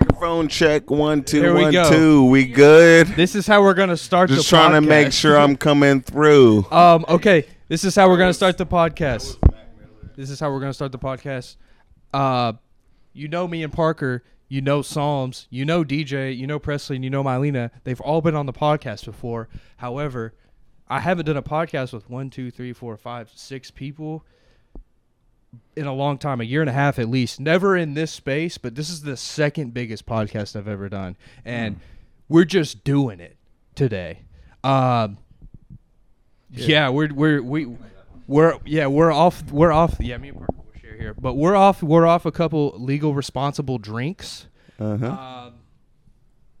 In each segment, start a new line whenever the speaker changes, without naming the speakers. Microphone check one two
There we
one
go.
two. We good?
This is how we're gonna start.
Just
the
trying to
podcast.
make sure I'm coming through.
Um. Okay. This is how we're gonna start the podcast. This is how we're gonna start the podcast. Uh, you know me and Parker. You know Psalms. You know DJ. You know Presley. And you know Mylena. They've all been on the podcast before. However, I haven't done a podcast with one, two, three, four, five, six people in a long time, a year and a half at least. Never in this space, but this is the second biggest podcast I've ever done, and we're just doing it today. Um, yeah. we're we're we we're yeah we're off we're off yeah me and Parker will share here, but we're off we're off a couple legal responsible drinks.
Uh-huh.
Um,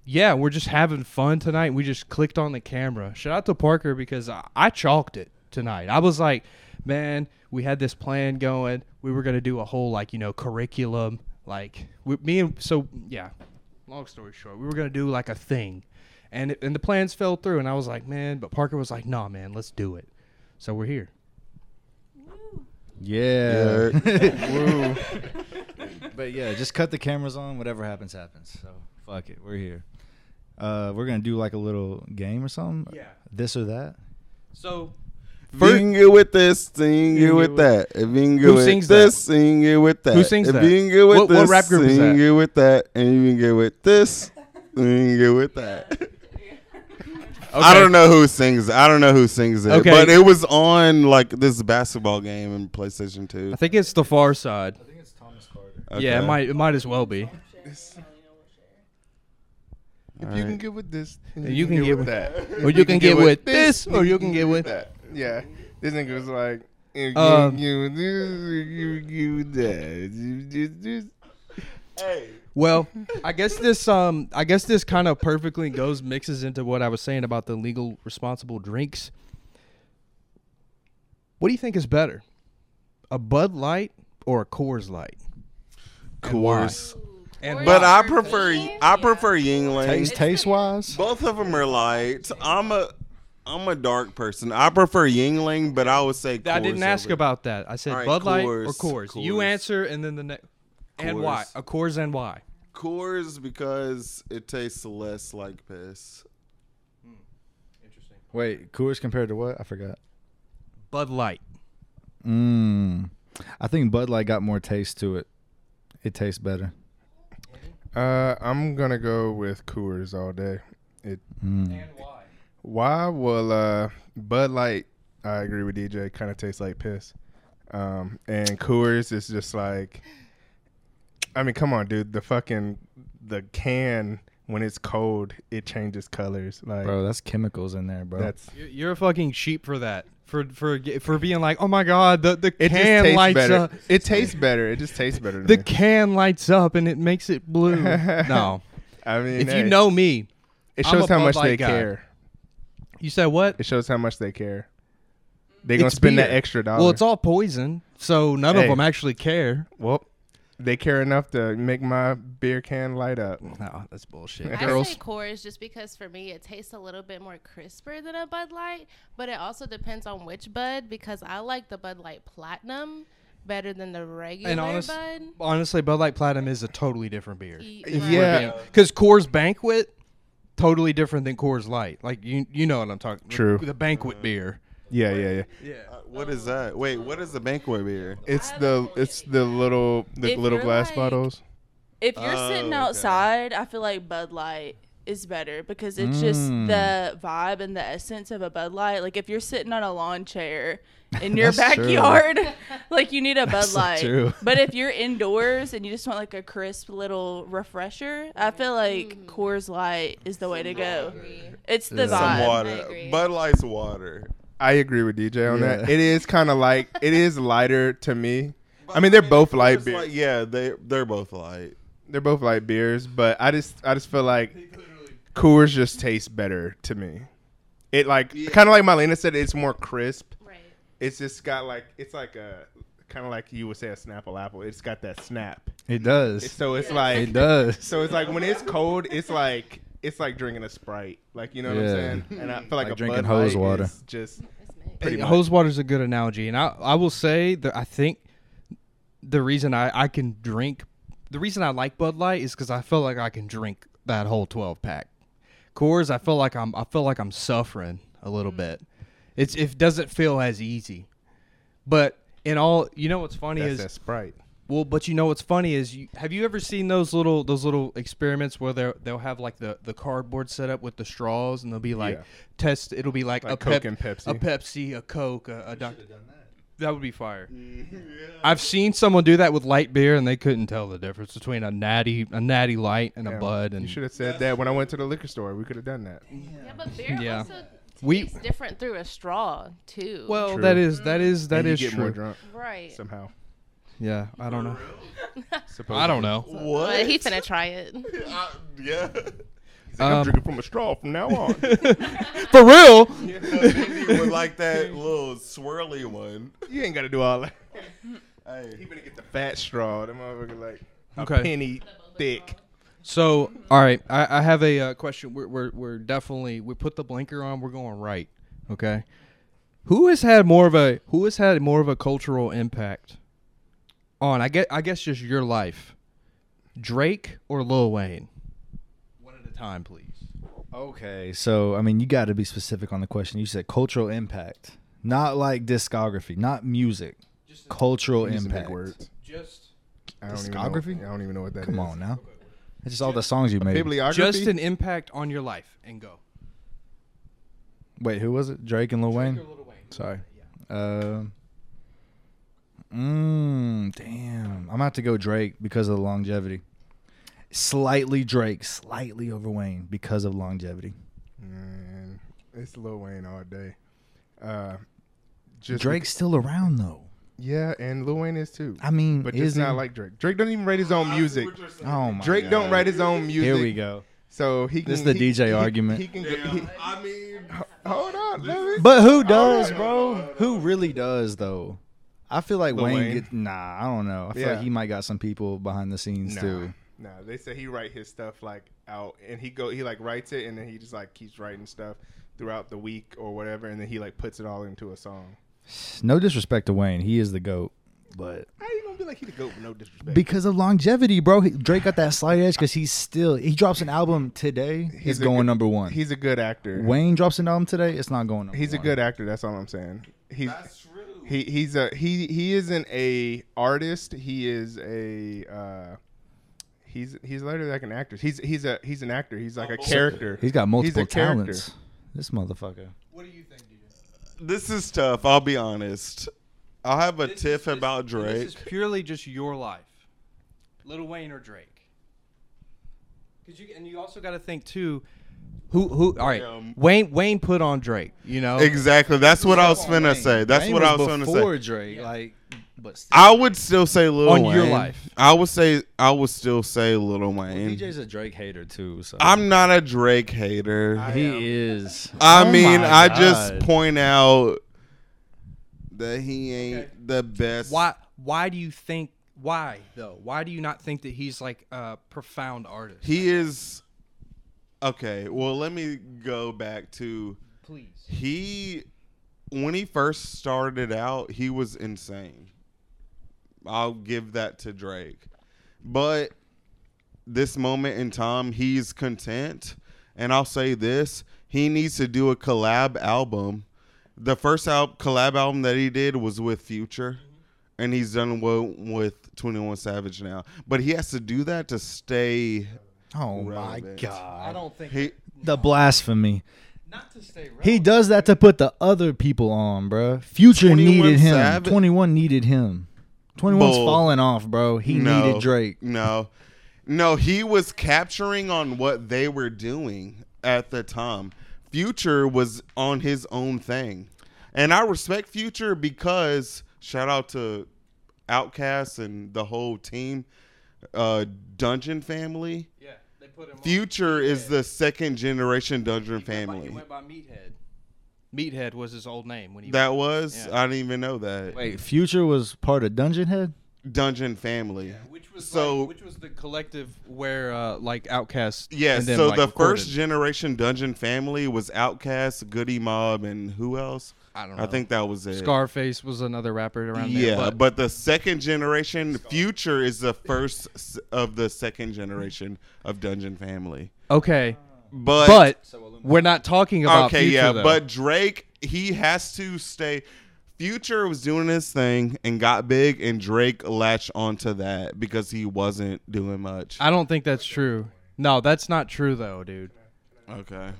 yeah, we're just having fun tonight. We just clicked on the camera. Shout out to Parker because I, I chalked it tonight. I was like, man, we had this plan going. We were gonna do a whole like you know curriculum. Like we, me and so yeah. Long story short, we were gonna do like a thing, and it, and the plans fell through. And I was like, man, but Parker was like, nah, man, let's do it. So we're here. Uh,
Er,
Yeah.
Yeah.
but yeah, just cut the cameras on. Whatever happens, happens. So fuck it. We're here. Uh, we're gonna do like a little game or something.
Yeah.
This or that.
So
If you can get with this, sing it with that. If you can get
Who
with
sings
this, sing it with that.
Who sings
if
that?
you can get with
What- what
this,
rap group is
sing
that?
it with that. And you can get with this, sing it with that. I
Okay.
don't know who sings. I don't know who sings it.
Okay.
But it was on like this basketball game in PlayStation Two.
I think it's the far side.
I think it's Thomas Carter.
Yeah, it
Okay.
might it might as well be.
If
All
you can
right.
get with this, then
And you can get with-
that.
or you can get with this, or you can get with-
that. Yeah, this nigga was like, if you
Um,
um, you this, you you that, you this, this. Hey,
Well, I guess this um I guess this kind of perfectly goes mixes into what I was saying about the legal responsible drinks. What do you think is better? A Bud Light or a Coors Light?
Coors.
And
But
why?
I prefer I prefer Yingling.
Taste, taste wise.
Both of them are light. I'm a I'm a dark person. I prefer Yingling, but I would say Coors
I didn't ask
over-
about that. I said
All right,
Bud Light or
Coors,
Coors. You
Coors.
answer and then the next and
Coors.
why? A Coors and why?
Coors because it tastes less like piss.
Interesting.
Wait, Coors compared to what? I forgot.
Bud Light.
Mmm. I think Bud Light got more taste to it. It tastes better.
uh, I'm gonna go with Coors all day. It
Mm.
why?
why? Well, uh, Bud Light. I agree with DJ. Kind of tastes like piss. Um, and Coors is just like, I mean, come on, dude. The fucking the can when it's cold, it changes colors. Like
Bro, that's chemicals in there, bro.
that's
You're a fucking sheep for that. For for for being like, "Oh my god, the the
It just
can
tastes
lights
better.
up."
It tastes better. It just tastes better. To
the
me.
can lights up and it makes it blue. no,
I mean,
if you
hey,
know me,
it
I'm
shows
a
how
Bud
much
Light
they
guy.
care.
you said what?
It shows how much they care. They gonna
It's
spend that
beer.
extra dollar.
Well, it's all poison, so none of
Hey.
them actually care.
well, they care enough to make my beer can light up.
No, that's bullshit.
Yeah.
I
Girls.
say Coors just because for me it tastes a little bit more crisper than a Bud Light, but it also depends on which Bud because I like the Bud Light Platinum better than the regular
And honest-
Bud.
Honestly, Bud Light Platinum is a totally different beer.
E-
Yeah.
because Coors Banquet, totally different than Coors Light. Like you, you know what I'm talking.
True.
The banquet beer.
Yeah, yeah, yeah.
Yeah.
Uh, what is that? Wait, what is a banquet beer?
It's the it's the little the
If
little
you're
glass
like-
bottles.
If you're
Oh,
sitting
okay.
outside, I feel like Bud Light is better because it's just
Mm.
the vibe and the essence of a Bud Light. Like if you're sitting on a lawn chair in your
That's true.
backyard, like you need a Bud
That's so
Light.
true.
But if you're indoors and you just want like a crisp little refresher, I feel like Coors Light is the way to go. It's
Yeah.
the
Some
vibe.
I
water.
agree.
Bud Light's water.
I agree with DJ on that.
Yeah.
It is kind of like it is lighter to me. I mean, they're both light
Coors Light-
beers.
yeah, they they're both light.
They're both light beers, but I just I just feel like Coors just tastes better to me. It like kind of like Marlena said, it's more crisp.
Right.
It's just got like it's like a kind of like you would say a Snapple apple. It's got that snap.
It does.
It's- so it's like
it does.
so it's like when it's cold, it's like it's like drinking a Sprite. Like you know what
Yeah.
I'm saying? And I feel like,
Like
a
drinking
Bud
hose
Light
water.
is just
It's mixed.
pretty
Hey,
much.
hose water is a good analogy, and I I will say that I think the reason I I can drink the reason I like Bud Light is because I feel like I can drink that whole twelve pack. Coors, I feel like I'm I feel like I'm suffering a little
Mm-hmm.
bit. It's it doesn't feel as easy. But in all, you know what's funny
That's
is
that Sprite.
well, but you know what's funny is you have you ever seen those little those little experiments where they they'll have like the the cardboard set up with the straws and they'll be like
Yeah.
test it'll be like,
Like
a
Coke and Pepsi.
a Pepsi, a Coke, a, a Dr. That would be fire. I've seen someone do that with light beer and they couldn't tell the difference between a natty a natty light and a
Damn,
bud and
you should have said that when I went to the liquor store. We could have done that.
Yeah, but beer
Yeah.
also
We-
tastes different through a straw too.
well
True.
that is that is that
And you
is
get
true.
more drunk
right.
somehow.
Yeah, I don't know.
Supposedly.
I don't know.
What?
But he finna try it.
I, yeah.
He's like, I'm
Um,
drinking from a straw from now on.
For real?
With like that little swirly one.
you ain't got to do all that.
Hey.
He better get the fat straw. That motherfucker like a
Okay.
penny thick.
So, all right, I, I have a uh, question. We're, we're we're definitely we put the blinker on. We're going right. Okay, who has had more of a who has had more of a cultural impact on? I get I guess just your life, Drake or Lil Wayne. One at a time, please.
Okay, so I mean, you got to be specific on the question. You said cultural impact, not like discography, not music.
Just-
cultural
Using big
impact.
words.
Just
I don't Even
Discography?
know, I don't even know what that is.
Come on now. It's just all the songs you made.
Bibliography.
just an impact on your life and go.
Wait, who was it? Drake and Lil Wayne.
Lil Wayne.
Sorry. Um. Uh, mm, damn. I'm gonna have to go Drake because of the longevity. Slightly Drake, slightly over Wayne because of longevity.
Man, it's Lil Wayne all day. Uh, just
Drake's still around though.
yeah, and Lil Wayne is too.
I mean,
but
is
it's not
he?
like Drake. Drake doesn't even write his own music.
Oh my
Drake
God.
don't write his own music.
Here we go.
So he can,
This is the
he-
DJ
he-
argument.
He can. go- he-
I mean,
hold on, let me.
But who does,
right.
bro? Who really does though? I feel like
Lil
Wayne,
Wayne.
gets nah. I don't know. I feel
Yeah.
like he might got some people behind the scenes
Nah.
too.
No, they say he write his stuff like out, and he go he like writes it, and then he just like keeps writing stuff throughout the week or whatever, and then he like puts it all into a song.
No disrespect to Wayne, he is the goat, but
How you gonna be like he the goat with no disrespect?
because of longevity, bro, he, Drake got that slight edge because he's still he drops an album today,
He's
it's
a
going
good-
number one.
he's a good actor.
Wayne drops an album today, it's not going. Number
he's a
one.
good actor. That's all I'm saying. He's
that's true.
he he's a he he isn't a artist. He is a uh, he's he's literally like an actor. He's he's a he's an actor. He's
Oh,
like a character.
He's got multiple
character.
talents. This motherfucker.
What do you think, DJ?
This is tough. I'll be honest. I'll have a tiff about Drake.
This is purely just your life, Little Wayne or Drake. Cause you and you also got to think too, who who? All right,
Um,
Wayne Wayne put on Drake. You know,
exactly. That's what I was finna say. That's
Wayne
what I was
was
finna
before
say.
Drake, like, but still.
I would still say Lil
On
Wayne.
your life.
I would say I would still say Lil Wayne.
DJ's a Drake hater too. So
I'm not a Drake hater. I,
He is. Oh
mean,
my
I
God.
just point out that he ain't
Okay.
the best.
why why do you think why though? Why do you not think that he's like a profound artist?
He is okay. Well, let me go back to
Please,
he when he first started out, he was insane. I'll give that to Drake, but this moment in time, he's content. And I'll say this: he needs to do a collab album. The first al- collab album that he did was with Future, and he's done well with Twenty One Savage now. But he has to do that to stay.
Oh
Relevant.
my god.
I don't think
He
The blasphemy.
not to stay.
He does that to put the other people on, bro. Future
21
needed him.
Savage-
21 needed him. 21's
Bull.
falling off, bro. He
No,
needed Drake.
No, no, he was capturing on what they were doing at the time. Future was on his own thing, and I respect Future because shout out to Outcast and the whole team, uh, Dungeon Family.
yeah, they put him.
Future is the second generation Dungeon Family.
He went by Meathead. Meathead was his old name when he.
That was
Yeah.
I didn't even know that
Wait, Future was part of Dungeon Head?
Dungeon Family.
which was
so-
like, which was the collective where uh, like Outcast.
Yeah,
and then,
so
like,
the
recorded.
first generation Dungeon family was Outcast, Goody Mob, and who else?
I don't know.
I think that was it.
Scarface was another rapper around there.
Yeah,
but,
but, the second generation future is the first s- of the second generation of Dungeon Family.
okay.
But,
But we're not talking about
okay,
future,
yeah,
though.
but Drake he has to stay. Future was doing his thing and got big, and Drake latched onto that because he wasn't doing much.
I don't think that's true. No, that's not true though, dude.
okay,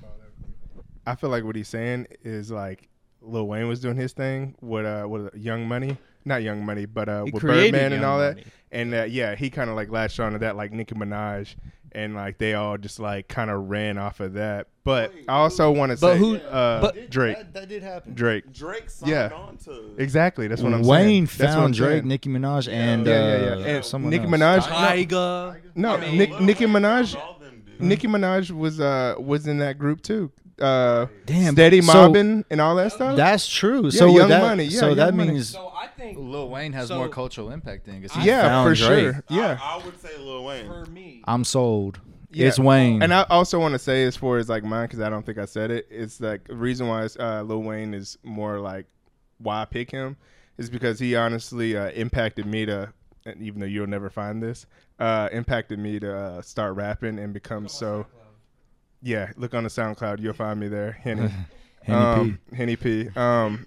I feel like what he's saying is like Lil Wayne was doing his thing with uh with Young Money, not Young Money, but uh
He
with
created
Birdman and
Young
all
Money.
that. And uh, yeah, he kind of like latched onto that like Nicki Minaj, and like they all just like kind of ran off of that. But I also want to
But
say,
who-
uh,
but-
Drake,
That, that did happen.
Drake,
Drake signed
Yeah.
onto.
exactly. That's what I'm saying.
Wayne
That's what I'm
found Drake,
saying.
Nicki Minaj, and
yeah, yeah, yeah.
uh,
And
someone
Nicki
else.
Minaj,
Tiger.
no, Nick, Nicki Minaj, Nicki Minaj was uh was in that group too. Uh,
Damn,
steady
so-
mobbing and all that stuff.
That's true.
Yeah,
so with
Young
that,
Money, yeah,
so
Young
that
Money.
means
So I think
Lil Wayne has
So-
more cultural impact then. 'cause he
yeah,
found
for
Drake.
sure. Yeah,
I, I would say Lil Wayne.
for me,
I'm sold.
Yeah.
It's Wayne.
And I also want to say, as far as like mine, because I don't think I said it, it's like the reason why it's, uh, Lil Wayne is more like why I pick him is because he honestly uh, impacted me to, and even though you'll never find this, uh, impacted me to uh, start rapping and become so. Yeah, look on the SoundCloud, you'll find me there, Henny.
Henny
um, Henny P. Um,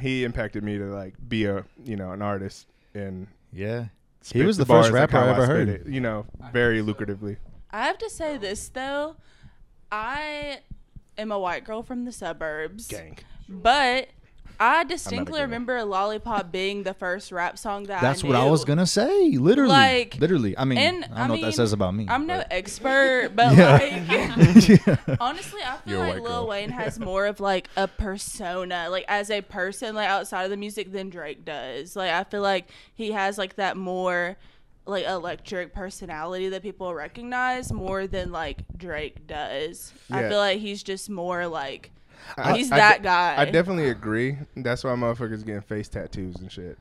he impacted me to like be a you know an artist and.
yeah. He
spit
was the
bars
first
like
rapper
how
I ever
spit
heard.
it, you know, very lucratively.
I have to say this though. I am a white girl from the suburbs. But I distinctly
girl.
remember Lollipop being the first rap song that
That's
I
what I was
knew.
gonna say. Literally,
Like-
literally. I mean,
and,
I don't
I
know what
mean,
that says about me.
I'm no
but-
expert, but like
Yeah.
honestly, I feel
You're a
like
white
Lil
girl.
Wayne has more of like a persona, like as a person, like outside of the music than Drake does. Like I feel like he has like that more like electric personality that people recognize more than like Drake does. I
Yeah.
feel like he's just more like
I-
he's
I
that
de-
guy.
I definitely agree. That's why motherfuckers getting face tattoos and shit.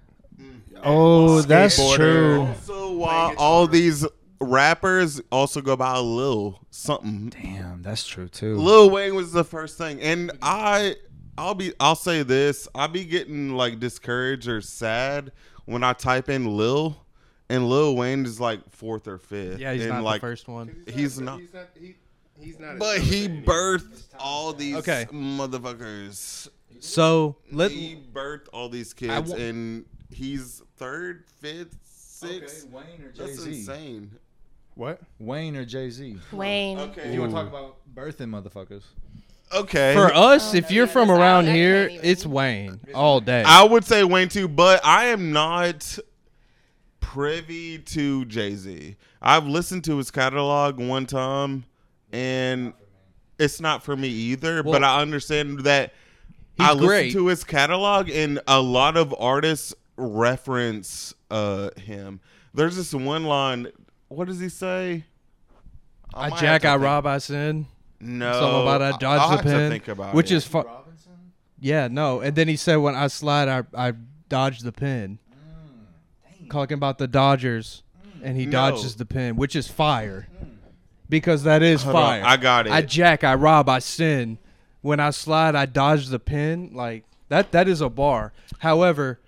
oh, that's
Skateboarder.
true.
Also, while all these rappers also go by Lil something.
Damn, that's true too.
Lil Wayne was the first thing, and I, I'll be, I'll say this: I be getting like discouraged or sad when I type in Lil, and Lil Wayne is like fourth or fifth.
yeah, he's
and,
not
like,
the first one.
He's not.
not. He, he's not.
But he birthed all these
Okay.
motherfuckers.
So let
He birthed all these kids,
wa-
and he's third, fifth, sixth.
Wayne or Jay
That's
Z.
insane.
What?
Wayne or Jay Z.
Wayne.
Okay.
You want to talk about birthing motherfuckers?
Okay.
for uh, us, if
no,
you're
yeah,
from
that's- I-
around
I can't
here,
even.
it's Wayne all day.
I would say Wayne too, but I am not privy to Jay Z. I've listened to his catalog one time, and it's not for me either. but
Well,
I understand that I listen
great.
to his catalog, and a lot of artists reference uh, him. There's this one line. What does he say?
I
might have
jack,
to
I
think-
rob, I sin.
No,
Something about I dodge
I'll
the
have to
pen,
think about
which
it.
is fu-
Robinson.
yeah, no. And then he said, when I slide, I I dodge the pin. Talking about the Dodgers, and he
No.
dodges the pin, which is fire, because that is
Hold on,
fire.
I got it.
I jack, I rob, I sin. When I slide, I dodge the pin. Like that. That is a bar. However,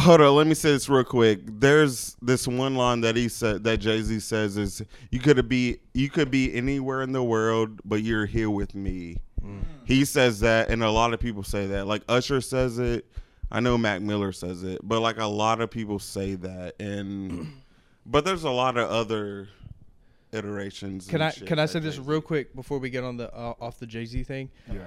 Hold on, let me say this real quick. There's this one line that he said that Jay Z says is you could be you could be anywhere in the world, but you're here with me.
Mm.
He says that, and a lot of people say that. Like Usher says it. I know Mac Miller says it, but like a lot of people say that, and but there's a lot of other iterations.
can
and
I
shit
can I
that
say this
Jay-Z-
real quick before we get on the uh, off the Jay Z thing?
Yeah.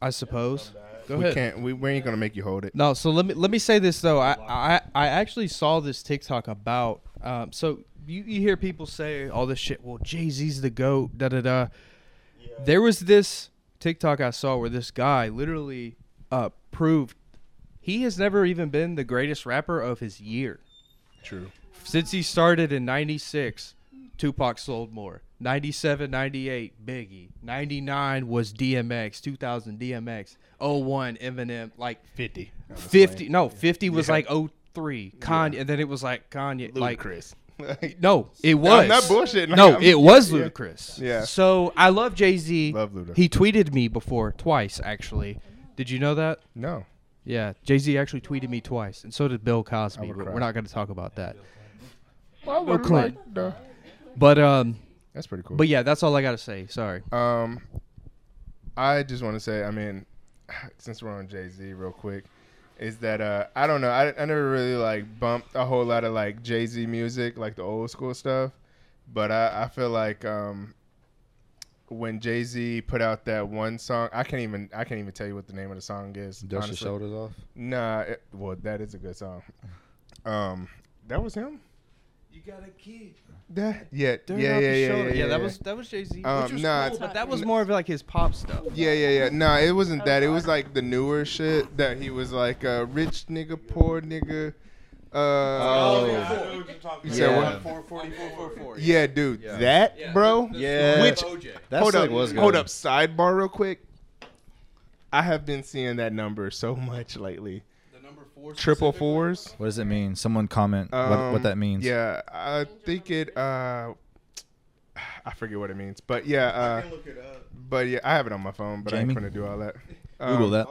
I suppose. Go
We
ahead.
can't. We, we ain't gonna make you hold it.
No, so let me let me say this though. I I, I actually saw this TikTok about um, so you, you hear people say all this shit. Well, Jay Z's the goat. Da da da. There was this TikTok I saw where this guy literally uh, proved he has never even been the greatest rapper of his year.
True.
Since he started in 96, Tupac sold more. 97, 98, Biggie. 99 was DMX. 2000, DMX. 01, Eminem. Like 50. 50. No, 50 was like 03. Kanye. And then it was like Kanye. Like
Chris.
No, it was.
I'm not bullshitting. Like,
No,
I'm-
it was
yeah.
ludicrous.
Yeah.
So I love Jay Z.
Love Luda.
He tweeted me before, twice actually, Did you know that?
No.
Yeah, Jay Z actually tweeted me twice, and so did Bill Cosby.
would
But
cry.
we're not going to talk about that.
Bill
Clinton.
Duh.
But um,
That's pretty cool.
but yeah, that's all I got to say. Sorry.
Um, I just want to say, I mean, since we're on Jay Z, real quick, is that uh, I don't know, I, I never really like bumped a whole lot of like Jay Z music, like the old school stuff, but I, I feel like um, when Jay Z put out that one song, I can't even I can't even tell you what the name of the song is.
Dust
honestly.
your shoulders off.
Nah, it, well that is a good song. Um, that was him. You got a kid. That yeah yeah yeah yeah, yeah yeah
that
yeah.
was that was Jay Z.
Um, nah, it's- Oh.
but that was more of like his pop stuff.
Yeah, yeah, yeah. No, it wasn't that. It was like the newer shit that he was like a rich nigga, poor nigga.
Oh,
Uh,
yeah, I
oh,
know what you're talking
You said
about.
what?
Four forty, four four four.
yeah, dude, that bro.
Yeah.
Which-
That
hold
slick
up,
was good.
hold up. Sidebar, real quick. I have been seeing that number so much lately.
The number four
Triple fours.
What does it mean? Someone comment what,
Um,
what that means.
Yeah, I think it. Uh, I forget what it means, but yeah, uh,
Look it up.
but yeah, I have it on my phone, but I ain't
Jamie?
gonna do all that.
Google
Um,
that.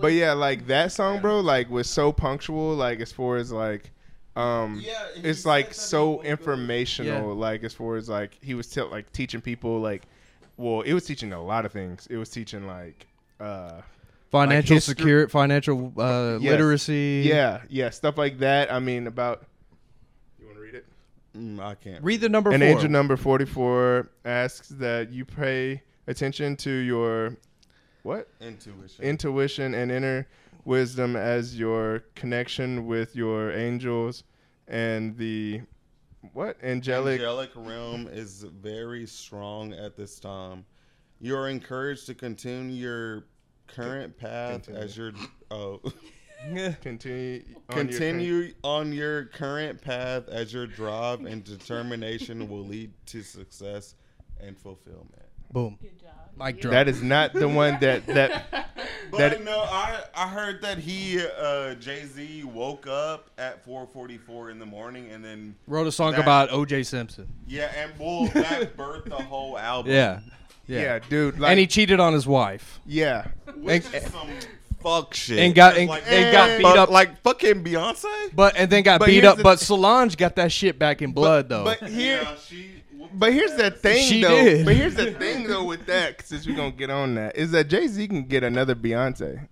But yeah, like that song, bro, like was so punctual, like as far as like um
Yeah, he
it's
said
like
that
so
he was
informational,
Yeah.
like as far as like he was tell like teaching people like well, it was teaching a lot of things. It was teaching like uh
Financial
Like history-
security, financial uh,
Yes.
literacy.
yeah, yeah, stuff like that. I mean about You want to read it?
Mm, I can't.
Read the number
An
four.
angel number 44 asks that you pay attention to your what?
Intuition.
intuition and inner wisdom as your connection with your angels and the what angelic,
angelic realm is very strong at this time. You are encouraged to continue your current path
Continue.
as your oh,
continue on your-
continue on your current path as your drive and determination will lead to success and fulfillment.
Boom.
Good job.
Mic drop.
that is not the one that that
But
That-
no, I I heard that he uh, Jay Z woke up at 4:44 in the morning and then
Wrote a song
that-
about O.J. Simpson.
yeah, and well that birthed the whole album.
Yeah.
yeah,
Yeah.
dude like
and he cheated on his wife.
yeah
which is some fuck shit.
And got-
Just
and- and got
eh,
beat
fuck-
up.
like fucking Beyonce.
But and then got
But
beat
here's
up.
the
But Solange got that shit back in blood though.
but here
Yeah, she.
but here's the thing
She
though
did.
but here's the thing though with that since we're gonna get on that is that jay-z can get another beyonce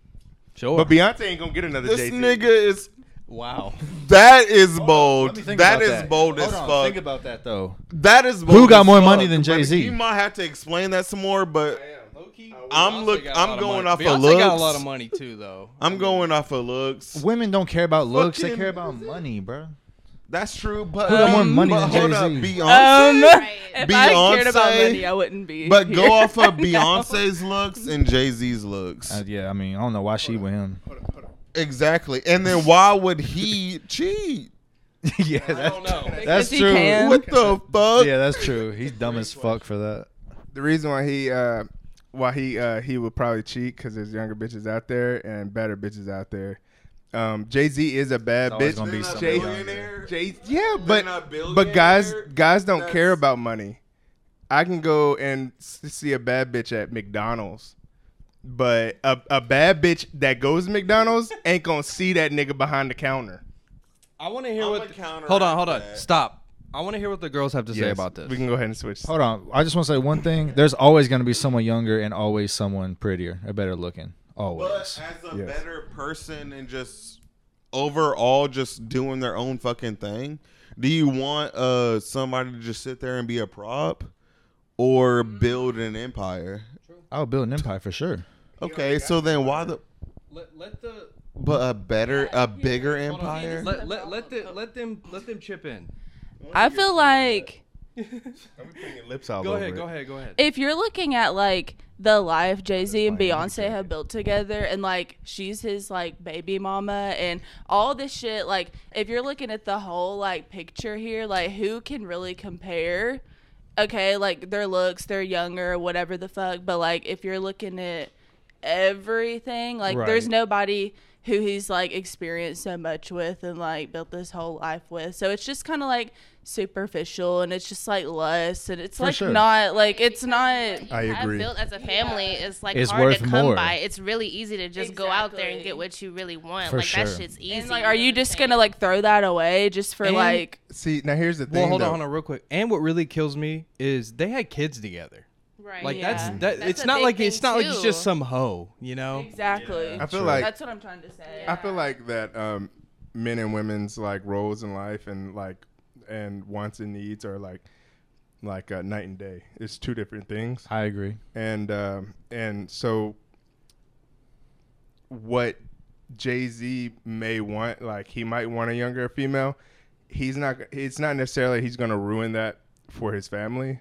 sure.
but beyonce ain't gonna get another
This
jay-z
nigga is.
wow.
That is bold.
Let me think
That
about
is bold
Hold
as
on,
fuck.
Think about that though.
that is bold
got
as
more
fuck,
money than
but
Jay-Z?
You might have to explain that some more, but I'm look.
Beyonce got a lot
I'm
of
going
money.
off
Beyonce
of looks.
got a lot of money too though.
I'm going off of looks.
Women don't care about looks; they
Fucking-
care about money, bro.
That's true, but
Who got more money
but
than
hold up,
Jay-Z?
Beyonce.
if I cared about
Um, Beyonce,
money, I wouldn't be.
but
here.
go off of
No.
Beyonce's looks and Jay Z's looks.
Uh, yeah, I mean, I don't know why she with him.
Exactly. And then why would he cheat?
yeah, that's,
know.
that's
Because he
true.
can.
What the fuck?
Yeah, that's true. He's dumb as fuck for that.
the reason why he uh why he uh he would probably cheat because there's younger bitches out there and better bitches out there. Um, Jay Z is a bad
It's always
bitch.
gonna be somebody
Jay-
younger.
Jay, yeah, but
not billionaire.
but guys guys don't
That's-
care about money. I can go and s- see a bad bitch at McDonald's, but a, a bad bitch that goes to McDonald's ain't gonna see that nigga behind the counter.
I want to hear
I'ma
what.
counteract
hold on, hold on.
that.
Stop. I want to hear what the girls have to say
Yes,
about this.
We can go ahead and switch.
Hold on, I just want to say one thing. There's always gonna be someone younger and always someone prettier or better looking.
But
Always.
as a better person and just overall just doing their own fucking thing, do you want uh somebody to just sit there and be a prop or build an empire?
I'll build an empire for sure.
Okay, so then why the
Let, let the
but a better a bigger empire?
let, let, let the let them let them chip in.
I feel like
lips all
Go
over
ahead,
it.
go ahead, go ahead.
if you're looking at like the life Jay Z and Beyonce have built together, and like she's his like baby mama, and all this shit, like if you're looking at the whole like picture here, like who can really compare? Okay, like their looks, they're younger, whatever the fuck, but like if you're looking at everything, like there's
Right.
nobody who he's like experienced so much with and like built this whole life with. So it's just kind of like superficial and it's just like lust and it's like
sure.
not like it's not.
What you
I
have
agree.
Built as a family is like
It's
hard
worth
to come
more.
by. It's really easy to just go out there and
Exactly.
get what you really want.
For
like that
sure.
shit's easy.
And like, are you just gonna like throw that away just for
And-
like?
See, now here's the thing.
Well, hold on,
though.
hold on, real quick. And what really kills me is they had kids together.
right?
Like
Yeah.
that's that.
That's
it's
a
not
big
like it's
thing,
not like it's
too.
just some hoe, you know.
Exactly.
I feel
Sure.
like
That's what I'm trying to say.
I feel like that um, men and women's like roles in life and like and wants and needs are like like uh, night and day. It's two different things,
I agree.
and um, and so what Jay Z may want, like he might want a younger female. He's not. It's not necessarily he's going to ruin that for his family.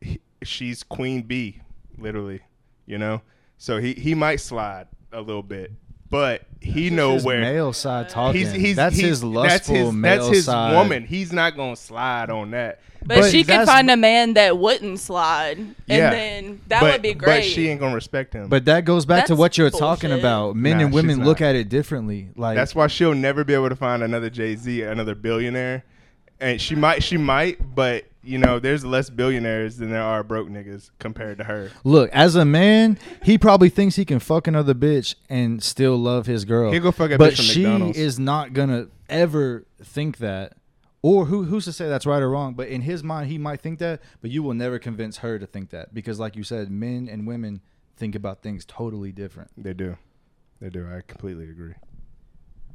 He- she's Queen B, literally, you know. So he he might slide a little bit, but he know
His
where
male side talking.
He's, he's,
that's
he's-
his lustful
that's his,
male
That's his
side.
woman. He's not gonna slide on that.
But, she could
that's-
find a man that wouldn't slide, and
Yeah.
then that
but,
would be
But
great.
she ain't gonna respect him. But
But that goes back to
That's
what you were talking
bullshit.
about. Men
Nah,
and women
she's
look
not.
at it differently. Like
that's why she'll never be able to find another Jay Z, another billionaire. And she might, she might, but you know, there's less billionaires than there are broke niggas compared to her.
Look, as a man, he probably thinks he can fuck another bitch and still love his girl.
He'll go fuck a
but
bitch from
she
McDonald's.
is not gonna ever think that. Or who who's to say that's right or wrong? But in his mind, he might think that. But you will never convince her to think that because, like you said, men and women think about things totally different.
They do, they do. I completely agree.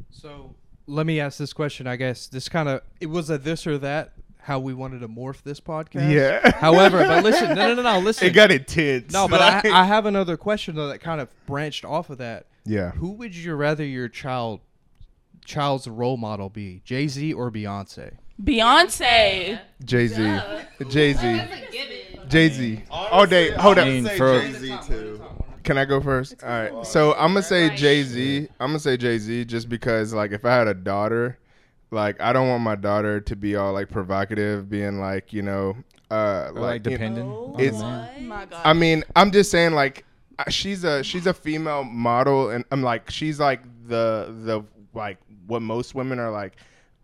So let me ask this question. I guess this kind of it was a this or that. How we wanted to morph this podcast.
Yeah.
However, but listen, no, no, no, no. Listen.
It got intense.
no, but
Like-
I, I have another question though that kind of branched off of that.
yeah,
Who would you rather your child child's role model be, Jay Z or Beyonce?
Beyonce.
Jay Z, Jay Z,
That's a given.
Jay Z, all day. Hold up.
mean, for-
Z too.
Can I go first? All right. So I'm gonna say
Right.
Jay Z. I'm gonna say Jay Z just because like if I had a daughter, like I don't want my daughter to be all like provocative, being like you know, uh,
Like,
you-
dependent. on a
it's-
man.
My God.
I mean, I'm just saying like I- she's a she's a female model, and I'm like she's like the the like what most women are like.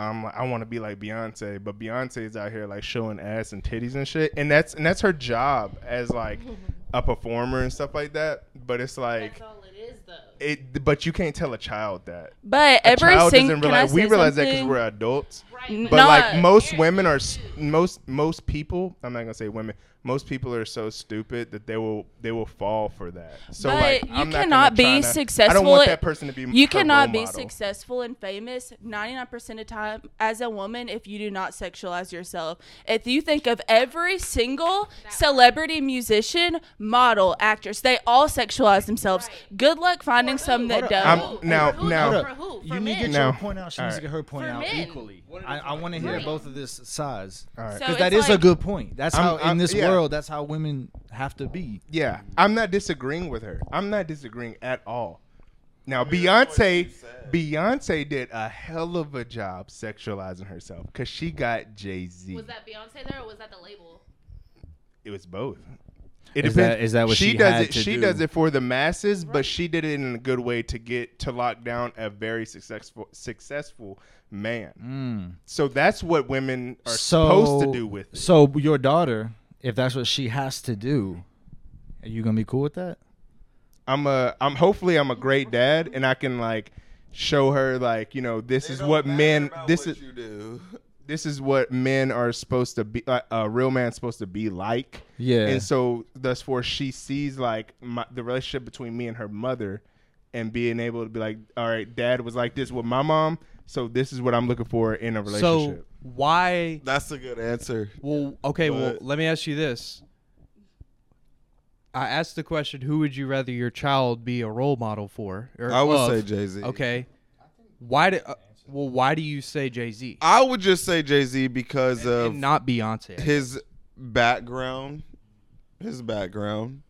I'm like I want to be like Beyonce, but Beyonce is out here like showing ass and titties and shit, and that's and that's her job as like a performer and stuff like that. But it's like
That's all it is, though.
it, but you can't tell a child that.
but
A
every
child
single
doesn't realize. We realize that because we're adults.
Right.
But
Nah.
like most women are, s- most most people. I'm not gonna say women. Most people are so stupid that they will they will fall for that. So
But
like,
you
I'm not gonna
cannot be
try to- I don't
successful
want
at-
that person to be.
You cannot be
successful.
successful and famous 99% of the time as a woman if you do not sexualize yourself. If you think of every single celebrity, musician, model, actress, they all sexualize themselves. Good luck finding some that
up.
don't.
I'm-
Who?
now-
For who?
now-
Oh, For who? For
you need to
men?
get
No.
your point out. She needs to get her point
For
out
men.
equally. I, I want to hear
Right.
both of this sides because
So
that
it's
is
like-
a good point. That's
I'm-
how
I'm-
in this
yeah.
world, that's how women have to be.
Yeah, I'm not disagreeing with her. I'm not disagreeing at all. Now Beyonce, Beyonce did a hell of a job sexualizing herself because she got Jay Z.
Was that Beyonce there, or was that the label?
It was both. It
Is
depends.
that- is that what she
does
had
it?
to
she
do?
does it for the masses, but she did it in a good way to get to lock down a very successful successful man.
Mm.
So that's what women are supposed to do with it.
So your daughter, if that's what she has to do, are you gonna be cool with that?
I'm a I'm hopefully I'm a great dad and I can like show her like you know this is what men this is
you do.
this is what men are supposed to be like, a real man's supposed to be like
Yeah.
and so thus for she sees like my, the relationship between me and her mother and being able to be like all right dad was like this with my mom so this is what i'm looking for in a
So
relationship
why?
That's a good answer.
Well, okay. well,
But-
let me ask you this. I asked the question: Who would you rather your child be a role model for? Or
I would
of?
say Jay Z.
Okay. Why do? Uh, well, why do you say Jay Z
I would just say Jay Z because of
and not Beyonce?
his background. His background.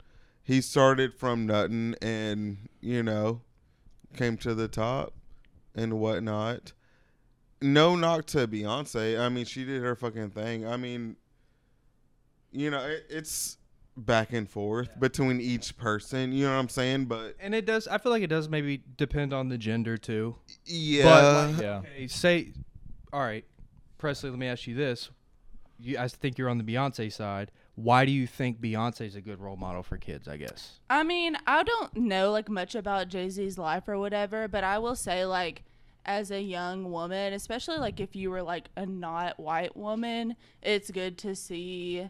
He started from nothing and, you know, came to the top and whatnot. No knock to Beyonce. I mean, she did her fucking thing. I mean, you know, it, it's back and forth between each person. You know what I'm saying? But
And it does. I feel like it does maybe depend on the gender too.
yeah,
But like,
Yeah.
okay, say, all right, Presley. Let me ask you this. You, I think you're on the Beyonce side. Why do you think Beyonce's a good role model for kids? I guess.
I mean, I don't know like much about Jay Z's life or whatever, but I will say like as a young woman, especially like if you were like a not white woman, it's good to see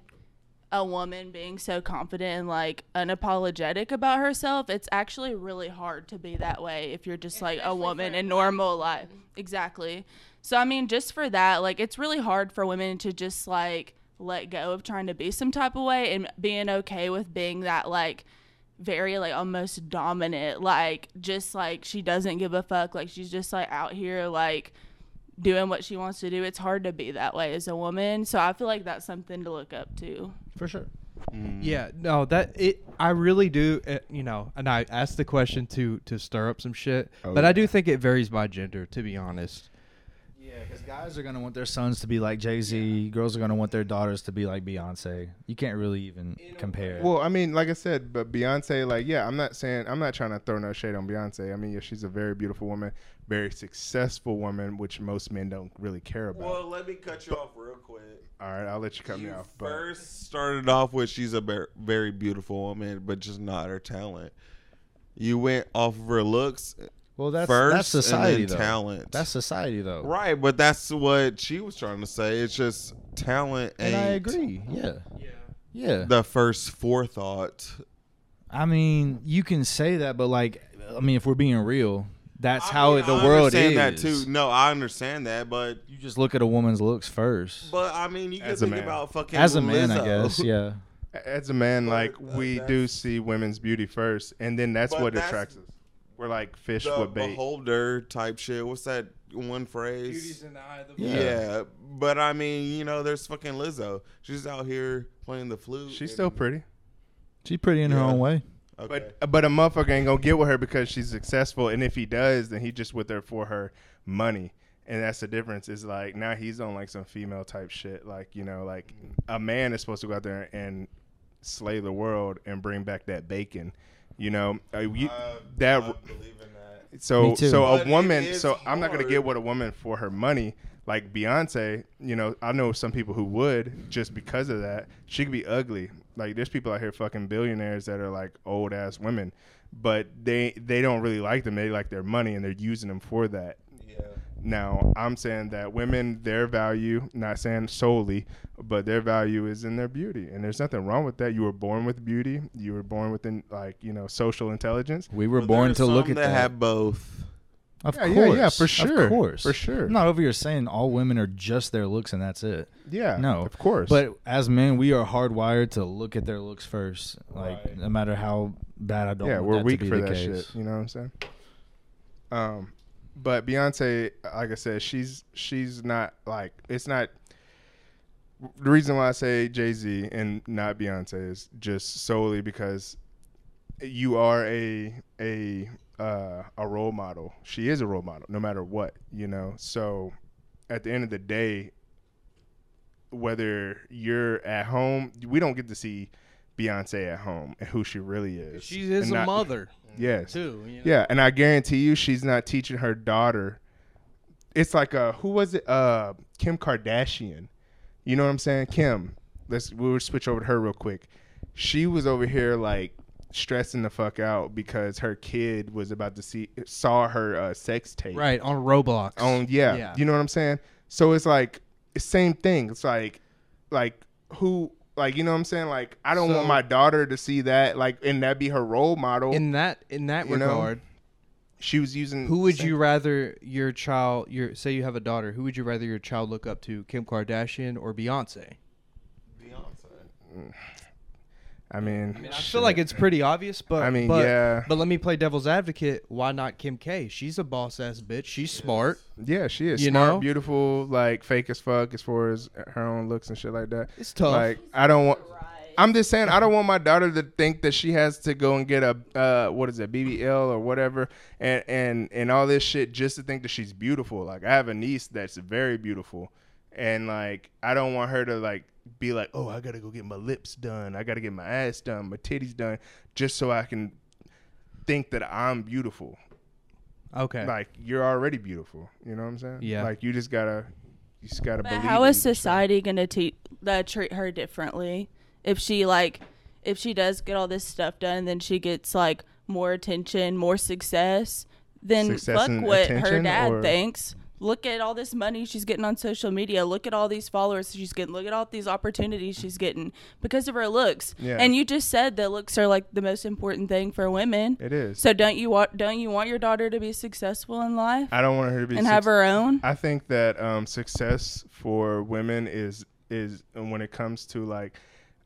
a woman being so confident and like unapologetic about herself. It's actually really hard to be that way if you're just like a
Especially
woman
for
in
a
normal life. Exactly. So I mean, just for that, like it's really hard for women to just like let go of trying to be some type of way and being okay with being that like very like almost dominant like just like she doesn't give a fuck like she's just like out here like doing what she wants to do it's hard to be that way as a woman so i feel like that's something to look up to
for sure.
Mm.
Yeah. No. That it. I really do. uh you know. And I asked the question to to stir up some shit.
Oh,
but I do think it varies by gender. To be honest.
Yeah, because guys are gonna want their sons to be like Jay Z. Girls are gonna want their daughters to be like Beyonce. You can't really even compare.
Well, I mean, like I said, but Beyonce, like, yeah, I'm not saying I'm not trying to throw no shade on Beyonce. I mean, yeah, she's a very beautiful woman, very successful woman, which most men don't really care about.
Well, let me cut you off real quick.
All right, I'll let you cut me
you
off. But
first started off with she's a ver- very beautiful woman, but just not her talent. You went off of her looks
Well, that's
first,
that's society
and
though.
then talent.
That's society though.
right, but that's what she was trying to say. It's just talent
And
ain't
I agree. Yeah.
Yeah.
Yeah.
the first forethought.
I mean, you can say that, but like, I mean, if we're being real, that's
I
how
mean,
the
I
world is.
understand that too. No, I understand that, but
You just look at a woman's looks first.
but I mean, you can
As a
think
man.
about fucking
As a man, I
Lizzo.
guess. Yeah.
as a man, like,
But, uh,
we do
that's-
see women's beauty first, and then that's
But
what
that's
attracts us. We're like fish
The
with bait.
beholder type shit. What's that one phrase?
in the eye of the
Yeah.
Yeah. but I mean, you know, there's fucking Lizzo. She's out here playing the flute.
She's
and-
still pretty.
She's pretty in her
Yeah.
own way.
Okay.
But but a motherfucker ain't gonna get with her because she's successful, and if he does, then he just with her for her money, and that's the difference. Is like now he's on like some female type shit, like you know, like
Mm-hmm.
a man is supposed to go out there and slay the world and bring back that bacon, you know. Uh, you- that
uh,
so
Me too.
so
But
a
it
woman.
is
So I'm not gonna
hard.
get with a woman for her money. Like Beyonce, you know, I know some people who would just because of that. She could be ugly. Like there's people out here fucking billionaires that are like old ass women, but they they don't really like them. They like their money and they're using them for that. Now I'm saying that women, their value, not saying solely, but their value is in their beauty, and there's nothing wrong with that. You were born with beauty. You were born with in, like you know social intelligence.
We were born to look at
that.
that.
Have both.
of
Yeah, yeah,
course.
yeah, for sure,
Of course.
for sure.
I'm not over here saying all women are just their looks and that's it.
Yeah,
No,
of course.
But as men, we are hardwired to look at their looks first, like no matter how bad I don't.
yeah,
want
we're
that
weak
to be
for
the
that
case.
shit. You know what I'm saying? Um, but Beyonce, like I said, she's she's not like it's not. The reason why I say Jay Z and not Beyonce is just solely because you are a a uh, a role model. She is a role model, no matter what. You know, so at the end of the day, whether you're at home, we don't get to see Beyonce at home and who she really is.
She is
And
a
not-
mother
Yes.
too. You know?
Yeah, and I guarantee you, she's not teaching her daughter. It's like uh, who was it? Uh, Kim Kardashian. You know what I'm saying? Kim. Let's we'll switch over to her real quick. She was over here like stressing the fuck out because her kid was about to see saw her uh, sex tape.
Right on Roblox.
On yeah.
Yeah.
You know what I'm saying? So it's like it's same thing. It's like like who like you know what I'm saying? Like I don't
So-
want my daughter to see that like and that be her role model.
in that in that
You know,
regard,
she was using
Who would
same-
you rather your child your say you have a daughter, who would you rather your child look up to, Kim Kardashian or Beyonce?
I mean,
I feel like it's pretty obvious, but
I mean,
but,
yeah.
but let me play devil's advocate. Why not Kim K? She's a boss ass bitch. She's smart.
yeah, she is
you
smart,
know?
beautiful, like fake as fuck as far as her own looks and shit like that.
It's tough.
Like I don't want. I'm just saying I don't want my daughter to think that she has to go and get a uh, what is it BBL or whatever and and and all this shit just to think that she's beautiful. Like I have a niece that's very beautiful, and like I don't want her to like be like, oh, I gotta go get my lips done, I gotta get my ass done, my titties done, just so I can think that I'm beautiful.
Okay.
Like you're already beautiful. You know what I'm saying?
Yeah.
Like you just gotta, you just gotta
But
believe.
Uh, how
in
is
yourself.
society gonna te- uh, treat her differently if she like if she does get all this stuff done and then she gets like more attention, more success? Then
Success
fuck
and
what her
attention,
dad
or-
thinks. Look at all this money she's getting on social media. Look at all these followers she's getting. Look at all these opportunities she's getting because of her looks.
Yeah.
And you just said that looks are like the most important thing for women.
It is.
So don't you want don't you want your daughter to be successful in life
I don't want her to be
and have
suc-
her own?
I think that um, success for women is is and when it comes to like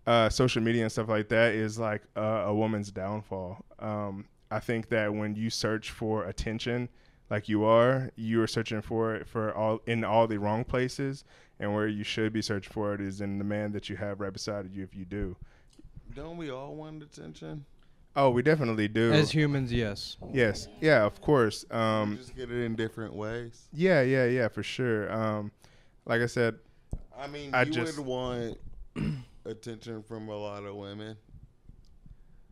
uh, social media and stuff like that is like uh, a woman's downfall. Um, I think that when you search for attention, like you are, you are searching for it for all in all the wrong places, and where you should be searching for it is in the man that you have right beside you. If you do,
Don't we all want attention?
oh, we definitely do.
As humans, yes.
yes, yeah, of course. Um,
we just get it in different ways.
yeah, yeah, yeah, for sure. Um, like I said,
I mean,
I
you
just-
would want attention from a lot of women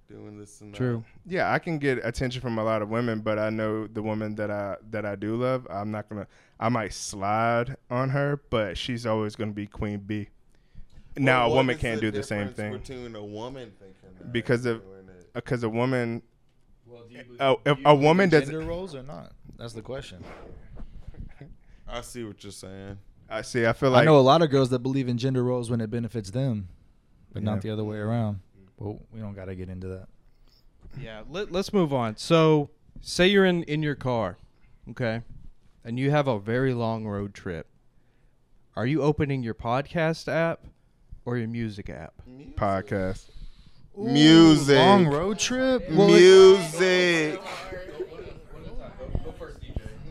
doing this and that.
True.
yeah, I can get attention from a lot of women, but I know the woman that I that I do love. I'm not gonna. I might slide on her, but she's always gonna be Queen B. now
But
a
what
woman
is
can't do the same
difference
thing
Between a woman thinking that
Because
and
of-
doing it?
because a woman.
Well, do
A, a, a woman
gender
doesn't.
roles or not? That's the question.
I see what you're saying.
I see. I feel like
I know a lot of girls that believe in gender roles when it benefits them, but
Yeah.
not the other way around. Well, we don't got to get into that.
Yeah. Let, let's move on. So, say you're in in your car, okay, and you have a very long road trip. Are you opening your podcast app or your music app?
podcast.
Music.
Long road trip.
music.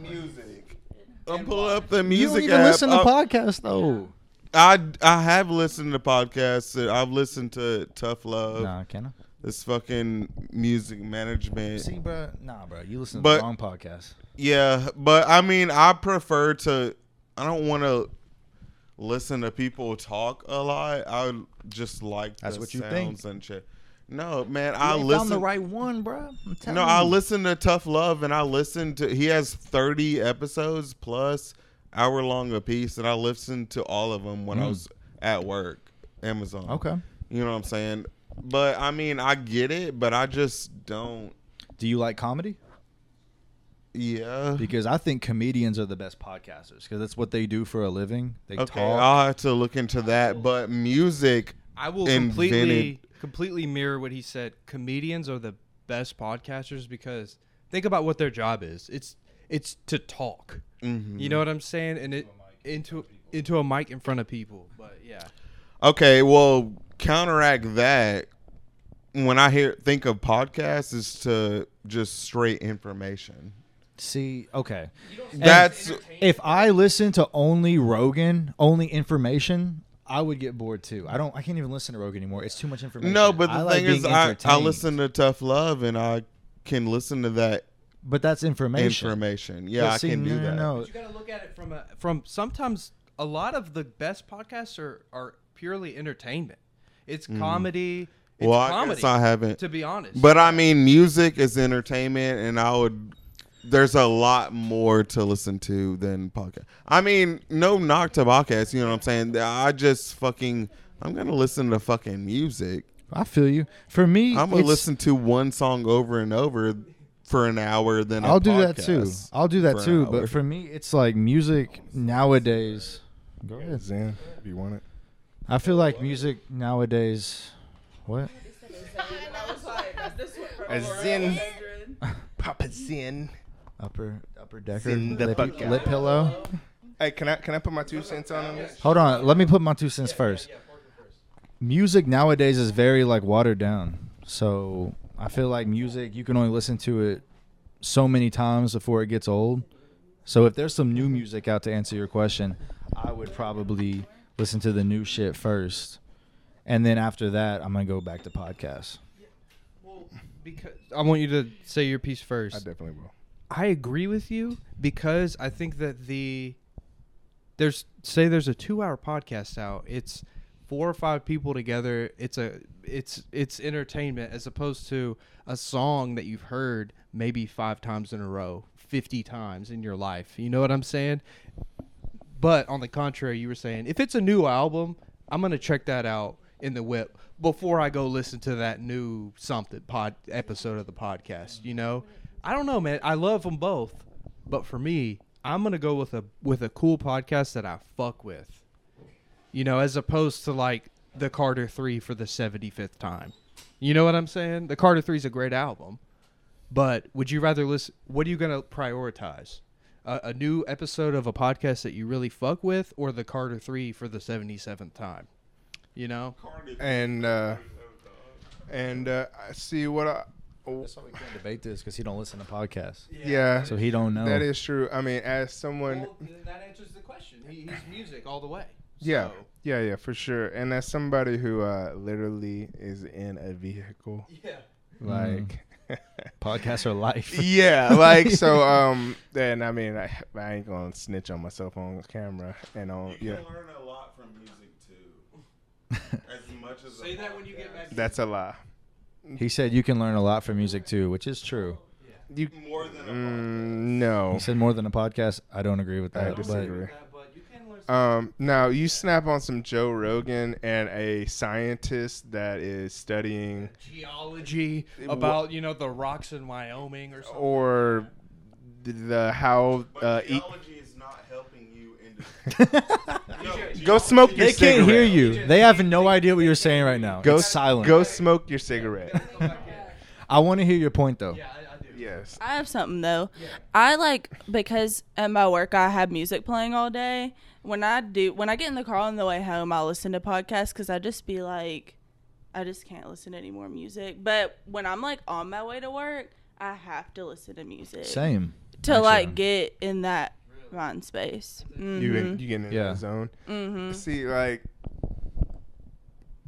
Music. I'm pulling up the
you
music
don't even
app.
listen to
Uh,
Oh,
podcasts though.
I I have listened to podcasts. I've listened to Tough
uh,
Love.
Nah, can I?
This fucking music management.
See, bro. Nah, bro. You listen to
But-
the wrong podcast.
Yeah, but I mean, I prefer to. I don't want to listen to people talk a lot. I just like
That's
the
what you
sounds and shit. No, man,
You
I
ain't
listen.
Found the right one, bro. I'm telling
no, I
you.
listen to Tough Love, and I listen to. He has thirty episodes plus hour long a piece, and I listened to all of them when I was at work. Amazon.
Mm. Okay.
You know what I'm saying? But I mean, I get it, but I just don't.
Do you like comedy?
Yeah.
Because I think comedians are the best podcasters because that's what they do for a living. They
Okay,
talk.
I'll have to look into that. But music,
I will
Invented.
completely completely mirror what he said. Comedians are the best podcasters because think about what their job is. It's it's to talk.
Mm-hmm.
You know what I'm saying? And it into into a mic in front of people. But yeah,
okay, well, counteract that. When I hear think of podcasts, is to just straight information.
See, okay.
That's
If I listen to only Rogan, only information, I would get bored too. I don't. I can't even listen to Rogan anymore. It's too much information.
no, but the
I
thing
like
is,
being
I, I
entertained.
listen to Tough Love, and I can listen to that
But that's information.
information.
But
Yeah, I
see,
can do
no, no,
that.
No,
but you gotta look at it from a from sometimes a lot of the best podcasts are are purely entertainment. It's comedy. It's
Mm. Well, I
comedy.
guess I haven't.
To be honest,
But I mean, music is entertainment, and I would. There's a lot more to listen to than podcast. I mean, no knock to podcasts. You know what I'm saying? I just fucking. I'm gonna listen to fucking music.
I feel you. For me,
I'm gonna
it's-
listen to one song over and over for an hour. Then a
I'll do that too.
podcast.
I'll do
for
that
an
too.
hour.
But for me, it's like music nowadays. Go ahead.
Zen, if you want it.
I feel like music nowadays. What?
A Zen, Papa Zen.
Upper upper decker
in the
lip,
bucket.
lip pillow.
Hey, can I can I put my two cents on this?
Hold on, let me put my two cents first. Music nowadays is very like watered down. So I feel like music you can only listen to it so many times before it gets old. So if there's some new music out to answer your question, I would probably listen to the new shit first. And then after that, I'm gonna go back to podcasts.
because I want you to say your piece first.
I definitely will.
I agree with you because I think that the there's say there's a two hour podcast out. It's four or five people together. It's a it's it's entertainment as opposed to a song that you've heard maybe five times in a row, fifty times in your life. You know what I'm saying? But on the contrary, you were saying if it's a new album, I'm gonna check that out in the whip before I go listen to that new something pod episode of the podcast. You know, I don't know, man. I love them both, but for me, I'm gonna go with a with a cool podcast that I fuck with. You know, as opposed to like the Carter Three for the 75th time. You know what I'm saying? The Carter Three is a great album, but would you rather listen? What are you gonna prioritize? A a new episode of a podcast that you really fuck with, or the Carter Three for the 77th time. You know,
and uh, and uh, I see what I.
That's why we can't debate this because he don't listen to podcasts,
Yeah,
so he don't know.
that is true. I mean, as someone,
that answers the question. He, he's music all the way.
yeah, yeah, yeah, for sure. And as somebody who uh, literally is in a vehicle,
yeah.
Mm.
like.
podcasts are life.
yeah, like so. Um, and I mean, I, I ain't gonna snitch on myself on camera and on.
You
Yeah,
can learn a lot from music too. as much as
Say that when you get back.
that's a lie.
he said you can learn a lot from music too, which is true.
You
More than a
mm, no.
He said more than a podcast. I don't agree with
I
that.
disagree.
But you can learn
Um, now you snap on some Joe Rogan and a scientist that is studying
geology about you know the rocks in Wyoming or something.
or the how
But
uh, eat,
geology is not helping you in the
go smoke your
They can't
cigarette.
hear you. They have no idea what you're saying right now.
Go
It's silent.
Go smoke your cigarette.
I want to hear your point though.
I, I do.
yes.
I have something though. I like because at my work I have music playing all day. When I do, when I get in the car on the way home, I listen to podcasts because I just be like, I just can't listen to any more music. But when I'm like on my way to work, I have to listen to music
Same.
to
actually.
like get in that mind space.
You
Mhm.
in, you getting in
Yeah.
the zone.
Mhm.
See, like,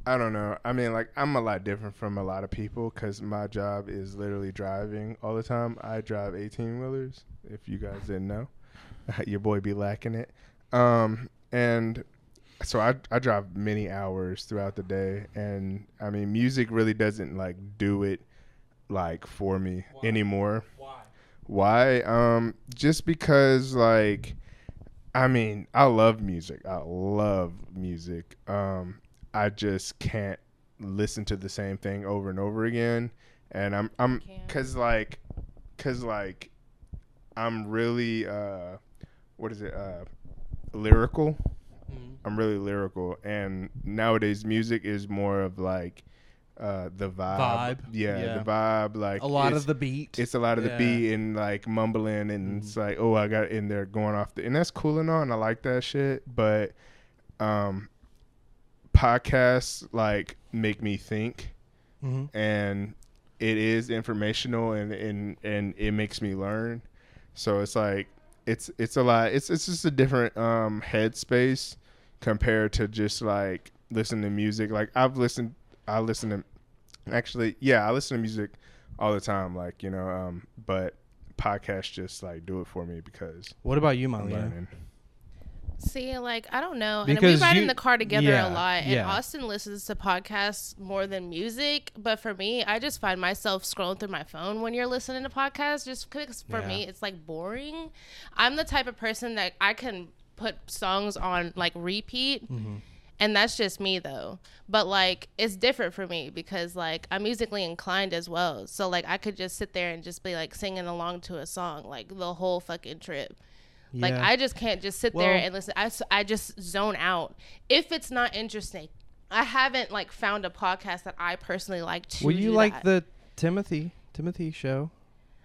I don't know. I mean, like, I'm a lot different from a lot of people because my job is literally driving all the time. I drive 18 wheelers, if you guys didn't know. Your boy be lacking it. Um, and so I, I drive many hours throughout the day. And I mean, music really doesn't, like, do it, like, for me anymore.
Why?
Why? Um, just because like, I mean, I love music. I love music. Um, I just can't listen to the same thing over and over again. And I'm I'm
Can't.
cause like, cause like, I'm really uh, what is it uh, lyrical.
Mm-hmm.
I'm really lyrical, and nowadays music is more of like uh, the vibe.
Vibe,
Yeah,
yeah.
the vibe. Like
A lot
Oh, it's-
of the beat.
it's a lot of
Yeah. Mm-hmm.
the beat and like mumbling and it's like oh i got in there going off the and that's cool and all and i like that shit but um podcasts like make me think
Mhm.
and it is informational and and and it makes me learn so it's like it's it's a lot it's it's just a different um headspace compared to just like listen to music like i've listened i listen to actually yeah i listen to music all the time like you know um but podcasts just like do it for me because
What about you,
i'm
Malina?
learning
See, like I don't know, and
Because
we ride
you-
in the car together
yeah,
a lot. And
yeah.
Austin listens to podcasts more than music, but for me, I just find myself scrolling through my phone when you're listening to podcasts. Just because for
Yeah.
me, it's like boring. I'm the type of person that I can put songs on like repeat.
Mm-hmm.
And that's just me though. But like it's different for me because like I'm musically inclined as well. So like I could just sit there and just be like singing along to a song like the whole fucking trip. Like
Yeah.
I just can't just sit there
Well-
and listen. I, s- I just zone out if it's not interesting. I haven't like found a podcast that I personally like to.
Well, you
do
like
that.
the Timothy Timothy show?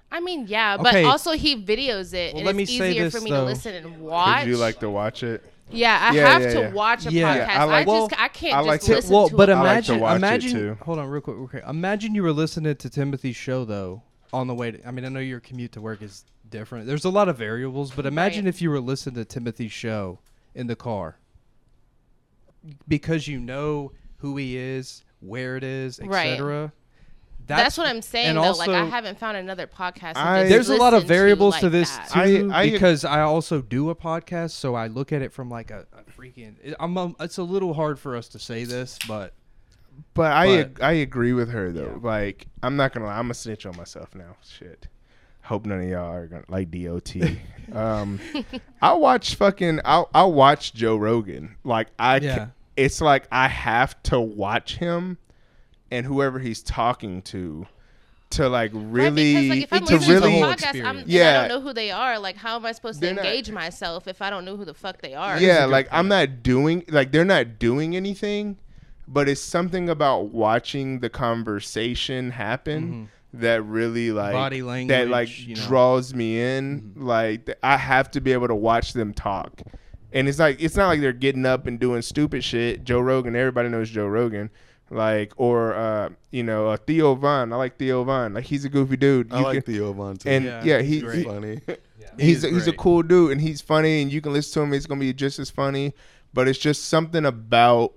I mean, yeah, but
Okay.
also he videos it,
Well,
and
let
it's
me say
easier
this,
for me
though.
to listen and
would
watch.
you like to watch it
yeah, I
Yeah,
have
yeah,
to
yeah.
watch a
Yeah,
podcast.
I
I,
like-
just
Well,
I can't
I
just
like to-
listen
well,
to.
but
it.
like to
imagine,
watch it,
imagine.
too.
Hold on, real quick, real quick. Imagine you were listening to Timothy's show though on the way. To, I mean, I know your commute to work is different. There's a lot of variables, but imagine
Right.
if you were listening to Timothy's show in the car because you know who he is, where it is,
Right.
etc.
That's, what I'm saying
and
though.
also-
like I haven't found another podcast. to
I-
just
There's a lot of
listen to
variables to,
like
this
that.
too
I- I-
because I also do a podcast, so I look at it from like a, a freaking. it- I'm um, it's a little hard for us to say this, but
But I
But-
ag- I agree with her though. Like I'm not gonna lie, I'm a snitch on myself now. Shit. Hope none of y'all are gonna like DOT. um, I watch fucking I I watch Joe Rogan. Like I ca-
Yeah.
it's like I have to watch him and whoever he's talking to to like
Right,
really
because like if I'm
to
listening
really
to
whole
a podcast, I'm,
experience.
yeah.
Yeah.
I don't know who they are. Like how am I supposed to
They're not-
engage myself if I don't know who the fuck they are?
Yeah, like I'm not doing like they're not doing anything, but it's something about watching the conversation happen that really like
Body
that
language,
like
you know.
draws me in. Like th- I have to be able to watch them talk. And it's like it's not like they're getting up and doing stupid shit. Joe Rogan, everybody knows Joe Rogan. Like or uh, you know, uh, Theo Vaughn. I like Theo Vaughn. Like he's a goofy dude.
I
You
like
can-
Theo Von too.
and
Yeah,
yeah,
he's
he, he
funny.
he's
He
a,
is
he's a
great.
cool dude and he's funny and you can listen to him it's gonna be just as funny but it's just something about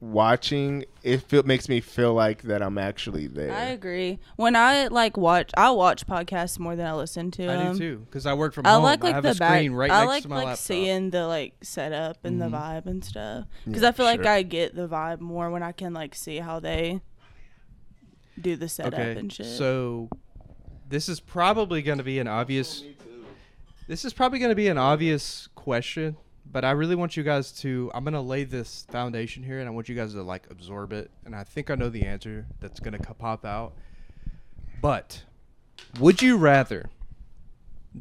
watching it feel, makes me feel like that i'm actually there
I agree. When I like watch, I watch podcasts more than I listen to.
I do
them.
too because I work from
Um, I
home.
like
I
like
have
the
a screen
back.
right
I
next
like
to my
like
laptop.
seeing the like setup and
Mm-hmm.
the vibe and stuff because
Mm,
Yeah,
I feel like
sure.
I get the vibe more when I can like see how they do the setup
okay,
and shit.
so this is probably going to be an obvious. This is probably going to be an obvious question, but I really want you guys to. I'm going to lay this foundation here, and I want you guys to like absorb it. And I think I know the answer that's going to pop out. But would you rather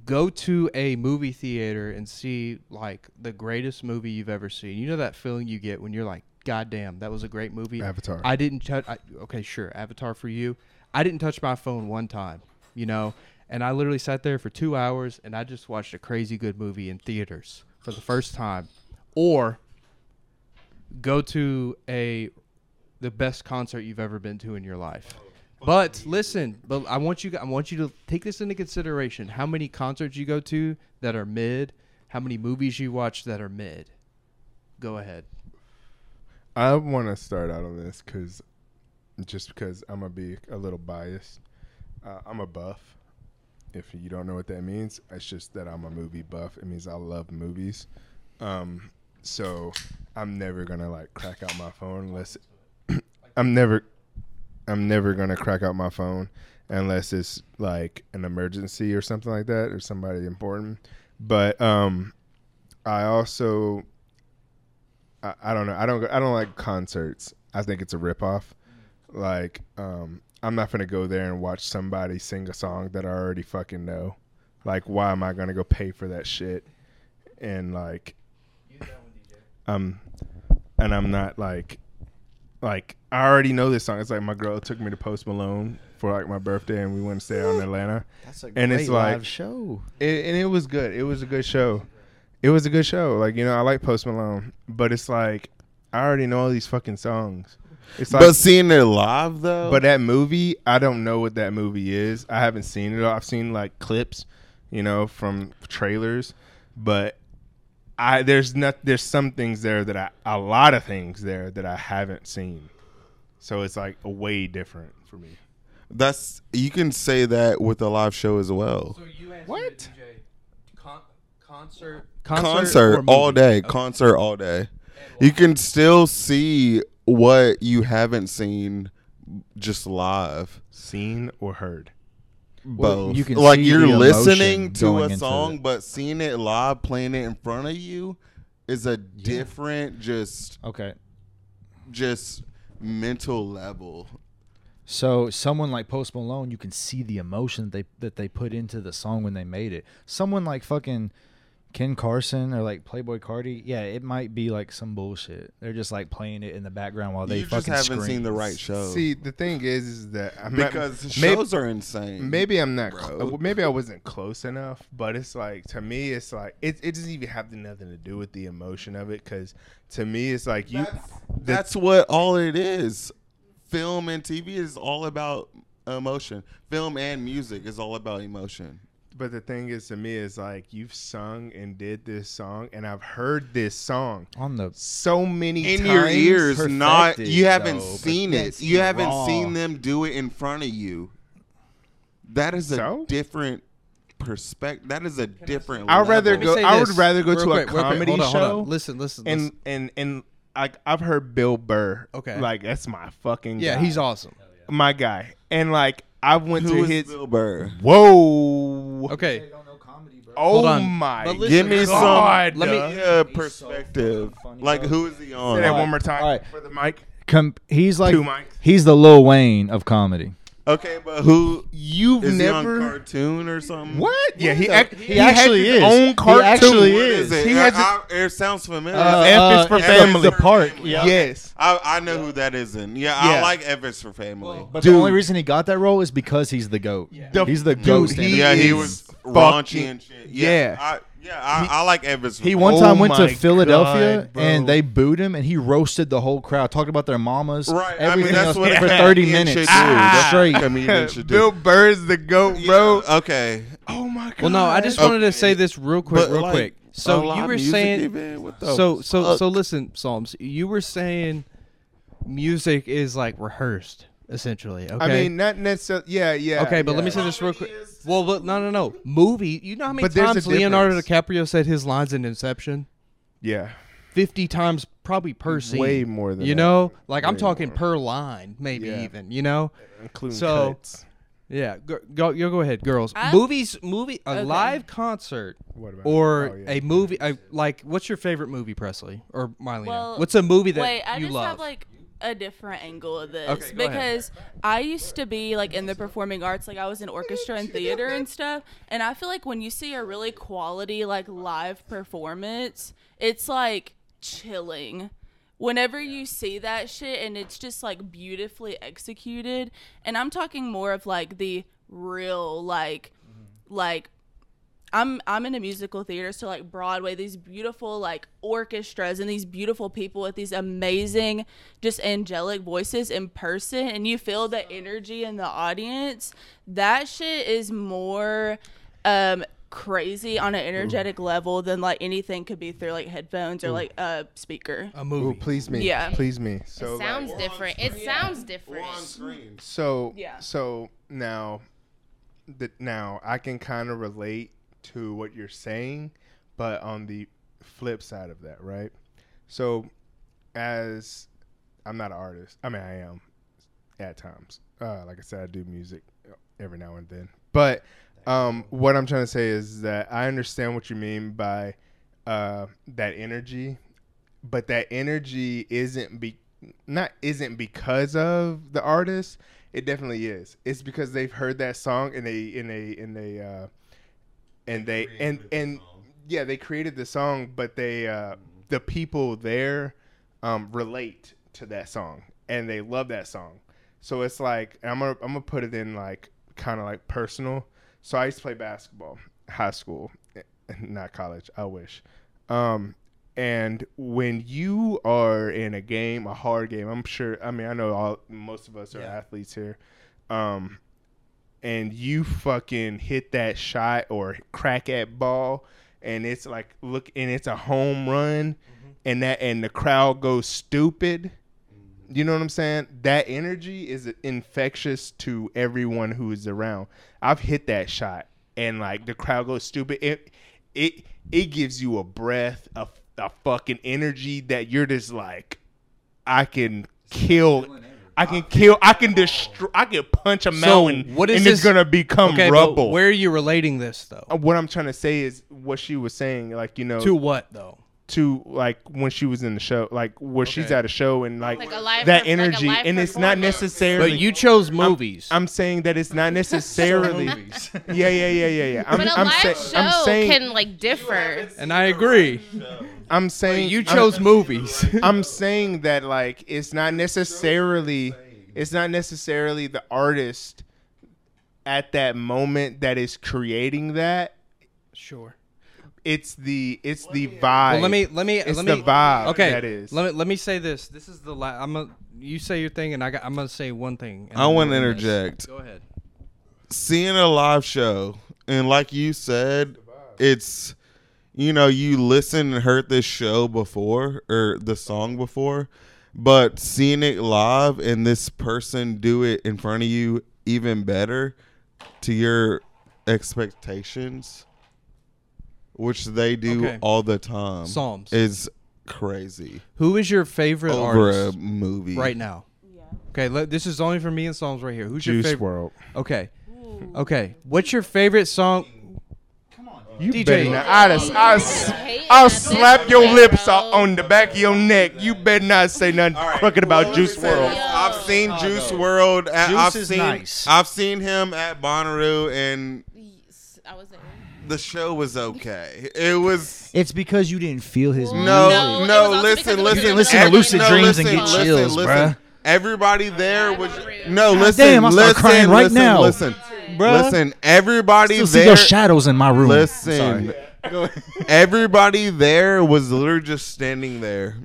go to a movie theater and see like the greatest movie you've ever seen? You know that feeling you get when you're like, "God damn, that was a great movie."
Avatar.
I didn't touch. I, okay, sure, Avatar for you. I didn't touch my phone one time. You know. And I literally sat there for two hours and I just watched a crazy good movie in theaters for the first time. Or go to a the best concert you've ever been to in your life. But listen, but I want you I want you to take this into consideration. How many concerts you go to that are mid? How many movies you watch that are mid? Go ahead.
i want to start out on this because just because i'm gonna be a little biased uh, i'm a buff if you don't know what that means it's just that i'm a movie buff it means i love movies um so i'm never gonna like crack out my phone unless i'm never i'm never gonna crack out my phone unless it's like an emergency or something like that or somebody important but um i also I, I don't know. I don't. go- I don't like concerts. I think it's a ripoff. Like, um, I'm not gonna go there and watch somebody sing a song that I already fucking know. Like, why am I gonna go pay for that shit? And like, um, and I'm not like, like I already know this song. It's like my girl took me to Post Malone for like my birthday, and we went to stay out in Atlanta.
That's a
And it's great like- live
show.
It, and it was good. It was a good show. It was a good show. Like you know, I like Post Malone, but it's like I already know all these fucking songs. It's like,
but
but,
seeing it live though,
that movie, I don't know what that movie is. I haven't seen it. I've seen like clips, you know, from trailers, but I there's not there's some things there that I a lot of things there that I haven't seen. So it's like way different for me.
that's you can say that with a live show as well.
you
What? DJ.
concert
concert, all day concert all day you can still see what you haven't seen just live
Seen or heard.
Well,
both
you can
like
see
you're
the
listening
emotion
to
going
a
into
song
it.
but seeing it live playing it in front of you is a different just
Okay.
just mental level
So someone like Post Malone, you can see the emotion they that they put into the song when they made it. Someone like fucking Ken Carson or like Playboy Cardi, yeah, it might be like some bullshit. They're just like playing it in the background while they
you just
fucking
haven't
scream.
seen the right show
See, the thing is, is that I'm not-
because
may-
shows are insane
Maybe I'm not.
Bro.
cl- uh, maybe I wasn't close enough, but it's like to me, it's like it. It doesn't even have nothing to do with the emotion of it, because to me, it's like you.
that's,
the-
that's what all it is. Film and TV is all about emotion. Film and music is all about emotion.
But the thing is, to me, is like you've sung and did this song, and I've heard this song
on the
so many
in
times.
your ears, not
perfected,
you haven't
though,
seen it.
that's
You haven't
raw.
seen them do it in front of you. That is a
So?
different perspective. That is a different.
I'd rather
level.
go. I would rather go to a comedy
hold on,
show.
Hold on. Listen, listen,
and
listen.
and and like I've heard Bill Burr.
Okay.
like that's my fucking
Yeah,
guy.
he's awesome.
my guy. And like I went
Who
to
is
his
Bill Burr?
whoa.
Okay,
Oh
on.
my!
But listen-
Give me
God,
some.
let me-
yeah, perspective. like who is he on?
Say that one more time
All right.
for the mic.
Com- he's like
Two mics.
he's the Lil Wayne of comedy.
Okay, but who
You've
is he
never
on cartoon or something?
what? Yeah, he
the-
act,
he
had
actually
his
is.
Own
He
cartoon.
actually
What is it?
He
I-
has. a-
I- it sounds familiar.
Uh, F is for
F is
family.
for Park, family. yeah.
Yes.
I, I know who that is in. Yeah, I
Yeah.
like Evans for Family.
But
Dude.
the only reason he got that role is because he's the goat.
The-
he's the
dude,
goat.
he-
stand-up.
yeah, he
is
was
fucking-
raunchy and shit.
yeah.
Yeah, I, yeah, I, I like Evans.
He
for
one
Oh
time went to
my
Philadelphia
God, bro.
and they booed him and he roasted the whole crowd, talked about their mamas,
Right, I mean,
everything
that's
else
what
for
comedians
thirty
should do.
minutes
That's
straight.
what comedians should do.
Ah. Bill Burr's the goat,
Yeah,
bro.
okay.
Oh my god.
well, no, I just
Okay.
wanted to say this real quick,
But,
real
like,
quick.
a
So you
live
were
music
saying,
event? What the
so so
fuck?
so listen, Psalms. You were saying music is like rehearsed, essentially. Okay.
I mean, not necessarily. Yeah, yeah.
Okay, but
yeah.
let me say this real quick.
Comedy is-
Well, but no, no, no. Movie. You know how many
But there's a
times Leonardo
difference.
DiCaprio said his lines in Inception?
Yeah.
Fifty times, probably per scene.
Way more than
you
that.
know. Like I'm
Way
talking
more.
per line, maybe
Yeah.
even. You know.
Including
So-
cuts.
Yeah. Go go, you go ahead, girls.
I-
Movies, movie, a
Okay.
live concert
What about-
or
oh, yeah.
a movie. A, like, what's your favorite movie, Presley or Miley?
Well,
what's a movie that
Wait, I
you
just
love?
have like a different angle of this
Okay, go ahead.
because I used to be like in the performing arts, like I was in orchestra and theater and stuff, and I feel like when you see a really quality like live performance, it's like chilling. Whenever you see that shit and it's just like beautifully executed, and I'm talking more of like the real like
Mm-hmm.
like I'm I'm in a musical theater, so like Broadway, these beautiful like orchestras and these beautiful people with these amazing, just angelic voices in person, and you feel the energy in the audience. That shit is more um crazy on an energetic level than like anything could be through like headphones or like a speaker.
a
Ooh,
movie.
please me.
Yeah.
Please me. So like,
sounds different. It sounds different.
on screen.
So
Yeah.
So now, that now I can kind of relate to what you're saying, but on the flip side of that, right? So, as I'm not an artist. I mean, I am at times. Uh, like I said, I do music every now and then. But um, what I'm trying to say is that I understand what you mean by uh, that energy, but that energy isn't be not isn't because of the artist. It definitely is. It's because they've heard that song and they and they and they uh, and they and and yeah, they created the song, but they uh, the people there um, relate to that song and they love that song. So it's like and I'm gonna I'm gonna put it in like kind of like personal. So I used to play basketball, high school, eh, not college. I wish. Um, and when you are in a game, a hard game, I'm sure. I mean, I know all most of us are athletes here. Um, and you fucking hit that shot or crack that ball and it's like look and it's a home run and that and the crowd goes stupid you know what i'm saying that energy is infectious to everyone who is around i've hit that shot and like the crowd goes stupid it it it gives you a breath a, a fucking energy that you're just like i can kill I can kill. I can destroy. I can punch a mountain,
Ah. what is
and it's
this-
gonna become
okay, but
rubble.
where are you relating this though?
Uh, what I'm trying to say is what she was saying, like you know,
To
to,
what though?
like when she was in the show, like where she's
Okay.
at a show and like,
Like a live
that
perf- like a
energy,
live
and it's not
performance.
necessarily.
But you chose movies.
I'm saying that it's not necessarily. yeah, yeah, yeah, yeah, yeah. I'm,
But a
I'm
live
sa-
show
I'm saying,
can like differ.
and I agree.
I'm saying
You
I'm-
chose movies.
I'm saying that like it's not necessarily it's not necessarily the artist at that moment that is creating that.
sure.
It's the it's the vibe.
Well, let me let me
It's
let
the
me
vibe
Okay,
that is.
Let me let me say this. This is the la- I'm gonna you say your thing, and I got, I'm gonna say one thing. and
I
then
want to
we're gonna-
interject.
Go ahead.
Seeing a live show and like you said, it's you know you listened and heard this show before or the song before, but seeing it live and this person do it in front of you even better to your expectations, which they do
Okay.
all the time.
Psalms.
is crazy
Who is your favorite
over
artist
a movie
right now?
Yeah.
Okay, let, this is only for me and Psalms right here. Who's your
Juice
favorite?
World.
Okay, okay. What's your favorite song?
You
DJ.
better not. I just, I, s- I'll slap your lips o- on the back of your neck. You better not say nothing crooked about Juice World.
I've seen Juice World. At,
Oh, Juice
I've
is
seen,
nice.
I've seen him at Bonnaroo, and
I was there.
the show was okay. It was
It's because you didn't feel his
No.
music.
no,
it
no.
was also because
listen,
it was
listen.
really Listen
every-
to Lucid
no,
Dreams and
listen,
get
listen,
chills,
listen.
bruh.
Everybody there
I'm
was
real.
no.
God
Listen,
damn, I start
listen,
crying right
listen,
now.
Listen,
Bruh.
listen. Everybody
Still see
there.
your shadows in my room.
Listen, everybody there was literally just standing there,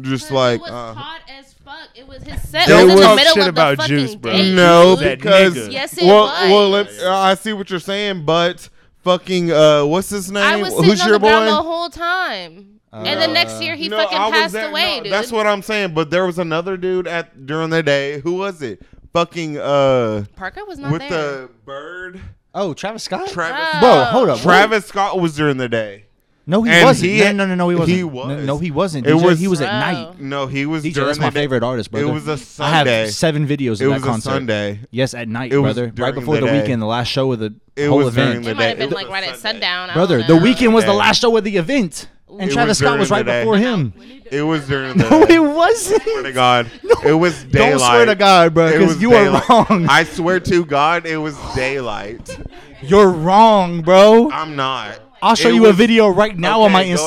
just like.
it was
Uh,
hot as fuck. It was his set.
Don't
It was in the
talk
middle
shit
of
about
the fucking
Juice, bro.
day,
No,
dude.
That
because
nigga.
Yes, it
well,
was.
well, let- uh, I see what you're saying, but fucking uh, what's his name?
I was sitting
Who's
on
your
the ground the
boy?
whole time. and the
Uh,
next year he
No,
fucking
I was
passed
there-
away,
no,
dude.
That's what I'm saying. But there was another dude at during the day. Who was it? Fucking uh,
Parker was not
with
Oh, there.
the bird.
Oh, Travis Scott?
Travis.
Oh.
Bro, hold up.
Travis Scott was during the day.
No, he
And
wasn't.
he-
no, no, no, no, he wasn't.
he
No,
was.
No, he wasn't.
It
DJ,
was-
he was at
Bro.
night.
No, he was
DJ,
during
that's
the
my
day.
favorite artist, brother.
was a
I
Sunday.
have seven videos
It
of
was
that
a
concert.
Sunday.
Yes, at night,
It was
brother.
during
Right before
the
the,
day.
weekend, the last show of the
It
whole
was during
event.
the
it might have
day.
been like right at sundown. I don't
brother,
know.
the weekend was the
Okay.
last show of the event, and
It was
Travis Scott
during
was
the
right
day.
before him.
It was during the.
No,
day.
it wasn't.
swear to God, it was daylight.
Don't swear to God, bro,
It
because
was
you
daylight.
are wrong.
I swear to God, it was daylight.
You're wrong, bro.
I'm not.
I'll show
It
you a
was-
video right now on
Okay,
my
go ahead,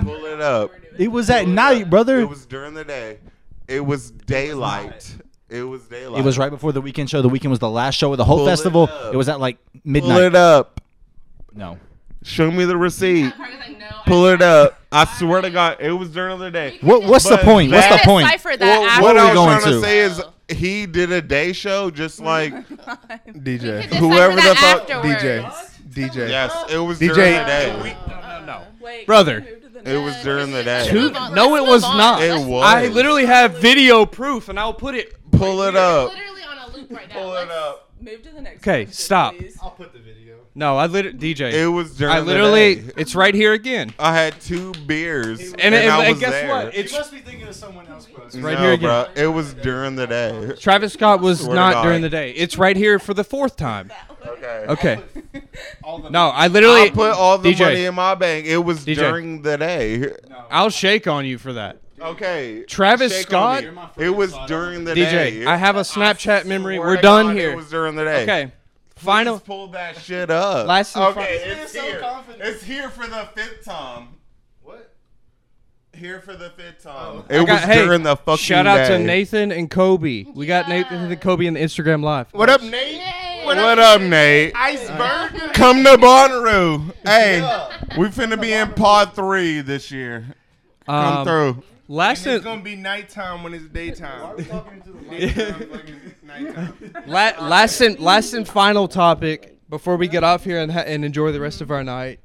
Instagram.
pull it up.
It was at night, brother.
It was during the day. It was daylight. It was daylight.
It was right before the weekend show. The weekend was the last show of the whole
Pull it
festival.
up.
It, was at like
Pull
midnight.
it up.
No.
Show me the receipt.
Parker's like, no, I-
Pull it up. I swear to God, it was during the day.
What? What's the
But
point? What's
that-
the
Couldn't
point?
decipher that
Well,
after.
what I
Where
was
we going
trying to
to?
say is he did a day show just like
Couldn't
DJ.
decipher
Whoever
that
the fuck-
afterwards.
DJ. DJ.
yes, it was
DJ.
during the day.
Wait,
Brother.
can we move to the
It was
next?
during the day.
Dude,
Move on.
no,
Let's
it was
move on.
not.
It
Let's-
was.
I literally have video proof, and I'll put it.
pull it up.
Literally on a loop right now.
Pull it
Let's-
up.
Move to the next.
Okay,
question,
stop.
please.
No, I literally DJ.
It was during
I
the
literally.
day.
It's right here again.
I had two beers and,
And, it-
I
and
was
guess
there.
what? It's
be thinking of someone else, bro.
right
No,
here again.
bruh, It was during the day.
Travis Scott was
Swear to
not
God.
during the day. It's right here for the fourth time.
Okay.
Okay. No, I literally
I put all the
DJ,
money in my bank. It was
DJ.
during the day.
I'll shake on you for that.
Okay.
Travis
Shake on
Scott?
me. It was during the
DJ,
day.
I have a Snapchat memory.
Swear
We're
to
done
God,
here.
It was during the day.
Okay.
I
Final.
Just pull that shit up.
Last and
okay,
fi-
it's here. It's here for the fifth time. What? Oh, Here for the fifth time. It
I got-
was
hey,
during the fucking
Shout out to
day.
Nathan and Kobe. We got Nathan and Kobe in the Instagram live.
What up, Nate?
Yay.
What, up, Nate? Iceberg. Come to Bonnaroo. Hey, we finna be in pod three this year. Come
Um,
through.
Last and
be nighttime when it's daytime.
La- last and last and final topic before we get off here and ha- and enjoy the rest of our night.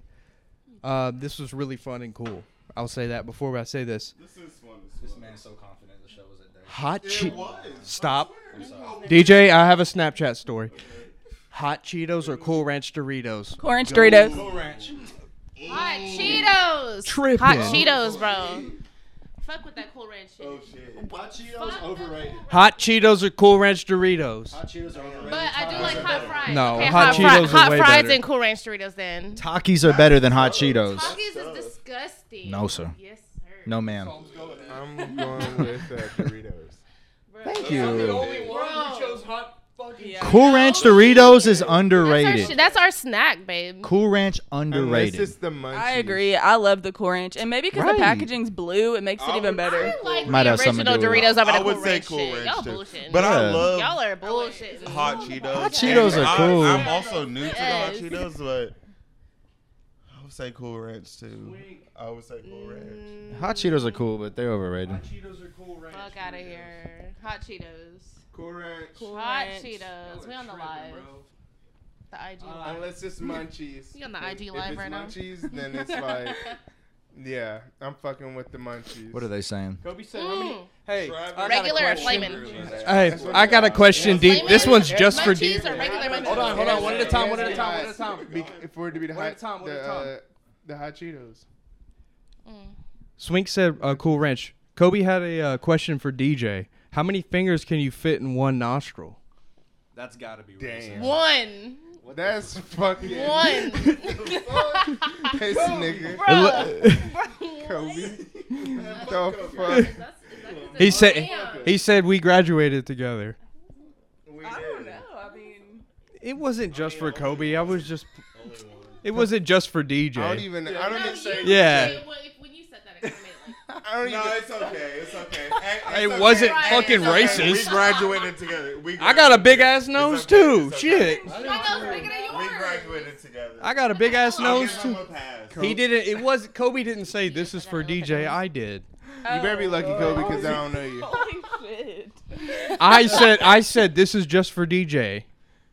Uh, this was really fun and cool. I'll say that before I say this. Hot cheat. Stop. DJ, I have a Snapchat story. Hot Cheetos or Cool Ranch Doritos?
Orange Doritos.
Hot Cheetos.
Tripping.
Hot Cheetos, bro. Fuck with that cool ranch shit.
Oh,
Hot Cheetos or Cool Ranch Doritos?
But I do like hot fries.
No,
okay,
hot
fri-
Cheetos are
hot
way
fries
better.
and cool ranch Doritos. Then
Takis are better than hot Cheetos.
Huggies is disgusting.
No, sir.
Yes, sir.
No, ma'am.
I'm going with uh, Doritos.
Thank you.
Bro,
Cool Ranch Doritos is
that's our, sh-
underrated.
that's our snack, babe.
Cool Ranch
Unless it's
underrated.
the munchies.
I agree. I love the Corange, and maybe because
Right.
the packaging's blue, it makes it even better.
I like
Might
the
have something to
original
do with it.
Doritos over
I
the
would
cool
say
ranch
Cool
shit.
Ranch,
Y'all
too.
bullshitting.
But I
Yeah.
love
Y'all are bullshitting.
hot Cheetos.
Hot Cheetos
And
are
I-
cool.
I'm also new to
Yes.
the hot Cheetos, but I would say Cool Ranch too. I would say Cool Ranch.
Mm.
Hot Cheetos are cool, but they're overrated.
Fuck out of here. Hot Cheetos.
Cool Ranch.
Hot Cheetos. We on the live. The IG.
Unless it's munchies.
You on the IG
If
live
it's
right now?
munchies, then it's like, yeah, I'm fucking with the munchies.
What are they saying?
Kobe said,
how many-
"Hey,
got a Mm. Regular or question. flamin'?
hey,
That's what
I
it
got a
is.
question.
Yeah.
D- this
Flamin'
one's just for D.
munchies or regular munchies?
Hold on, hold on. One at a time.
It
One at
has
a
to be
time. One at a
hot.
time.
Be- if we're to be the
One
hot,
at a time, one
the,
at a time.
uh, the hot Cheetos.
Swink said, uh, "Cool Ranch." Kobe had a uh, question for DJ. How many fingers can you fit in one nostril?
That's gotta be
Damn.
One.
That's fucking
One.
piss, nigga.
Bro.
Kobe. the fuck?
He said,
Damn.
"He said we graduated together."
I don't know. I mean,
It wasn't just for Kobe. I was just. It wasn't just for DJ.
I don't even. I don't
No,
even say.
you-
Yeah.
wait, wait, when you said that, it kinda made it like-
I don't even.
No, it's okay. It's okay.
It wasn't
Right,
fucking
it's okay.
We
racist.
graduated together. We
I got a big
graduated
ass nose
okay,
too.
it's okay.
Shit.
My nose bigger than
We
yours.
graduated together.
I got a big ass
I'll
nose
give him
too.
a pass.
He didn't. It was Kobe didn't say this is for DJ. I did.
You better be lucky, Kobe, because I don't know you.
holy shit.
I said. I said this is just for DJ.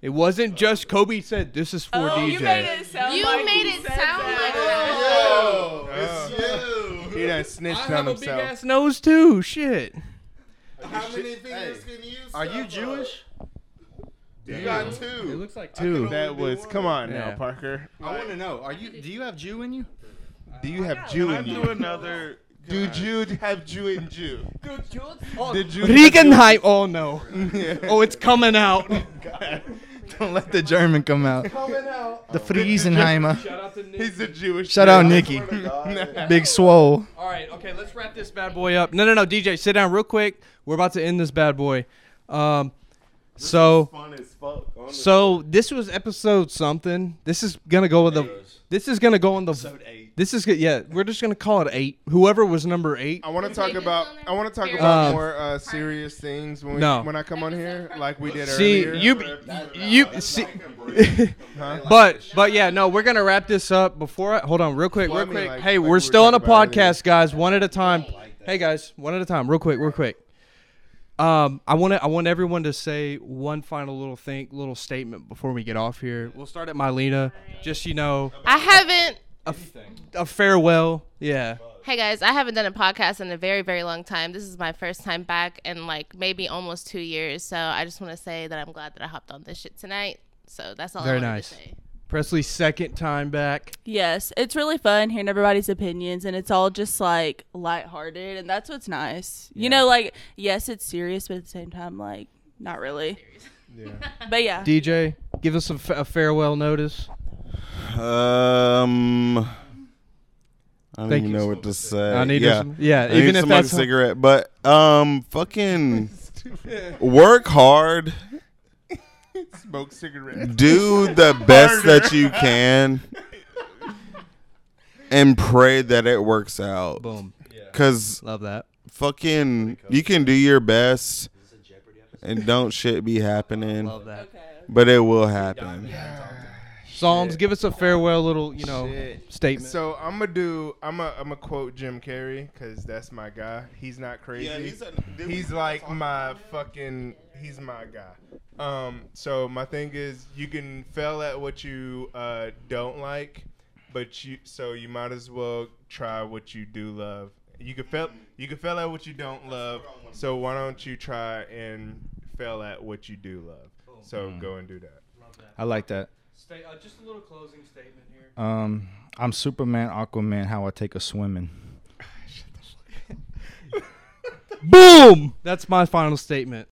It wasn't just Kobe said this is for
Oh, you made
DJ.
it sound
You
like
made
he
it
said
sound like
that.
that.
Oh, it's
Oh. He
you.
done
I
snitched on
have a big
himself.
ass nose too. Shit.
How many fingers can you?
Are you
stuff
Jewish?
up? You got
It
two.
looks like
two.
two.
That was. Come on
Yeah.
now, Parker.
I want to know. Are you? Do you have Jew in you?
Do you have Jew in
Do
you?
another. Do Jew have Jew and Jew?
Did you? Regenheim. Oh no. Oh, it's coming out.
Don't let the German come out. The Friesenheimer.
Shout out to Nick.
He's a Jewish.
Shout out Nikki. Big swole.
All right, okay, let's wrap this bad boy up. No, no, no, DJ, sit down real quick. We're about to end this bad boy. Um, so,
Fun as fuck. honestly.
so this was episode something. This is gonna go with the. This is gonna go on the.
eight.
This is good. Yeah, we're just gonna call it eight. Whoever was number eight.
I want to
Is
talk
Vegas
about.
on there?
I want to talk
Um,
about more uh, serious things when we,
No.
when I come on here, like we did
See
earlier.
you, you see.
Huh?
But but yeah, no, we're gonna wrap this up. Before I, hold on, real quick,
Well, I
real
mean,
quick.
like-
hey,
like we
we're
were
still on a
talking about earlier.
podcast, guys. One at a time. Hey guys, one at a time, real quick, real quick. Um, I want to I want everyone to say one final little thing, little statement before we get off here. We'll start at Mylena. Just you know,
I haven't.
a farewell. Yeah.
Hey guys, I haven't done a podcast in a very, very long time. This is my first time back in like maybe almost two years. So I just want to say that I'm glad that I hopped on this shit tonight. So that's all
Very
I wanted
nice.
to say.
Presley's second time back.
Yes, it's really fun hearing everybody's opinions, and it's all just like lighthearted, and that's what's nice. You know, like yes, it's serious, but at the same time, like not really. But yeah,
DJ, give us a, f- a farewell notice.
Um, I don't
Thank
even
you.
know what to say.
I need
Uh, yeah,
some- yeah,
I
even
need
if
to smoke
that's-
a cigarette, but um, fucking work hard,
smoke cigarettes.
do the best that you can, and pray that it works out.
Boom.
Cause
Love that.
fucking, you can do your best, and don't shit be happening,
Love that.
but it will happen.
Psalms, give us a farewell little, you know, statement.
So I'm gonna do. I'm gonna. I'm gonna quote Jim Carrey because that's my guy. He's not crazy. he's like my fucking. He's my guy. Um. So my thing is, you can fail at what you uh don't like, but you. So you might as well try what you do love. You can fail. You can fail at what you don't love. So why don't you try and fail at what you do love? So go and do that.
I like that.
Stay, uh, just a little closing statement here.
Um, I'm Superman, Aquaman. How I take a swimming.
Boom! That's my final statement.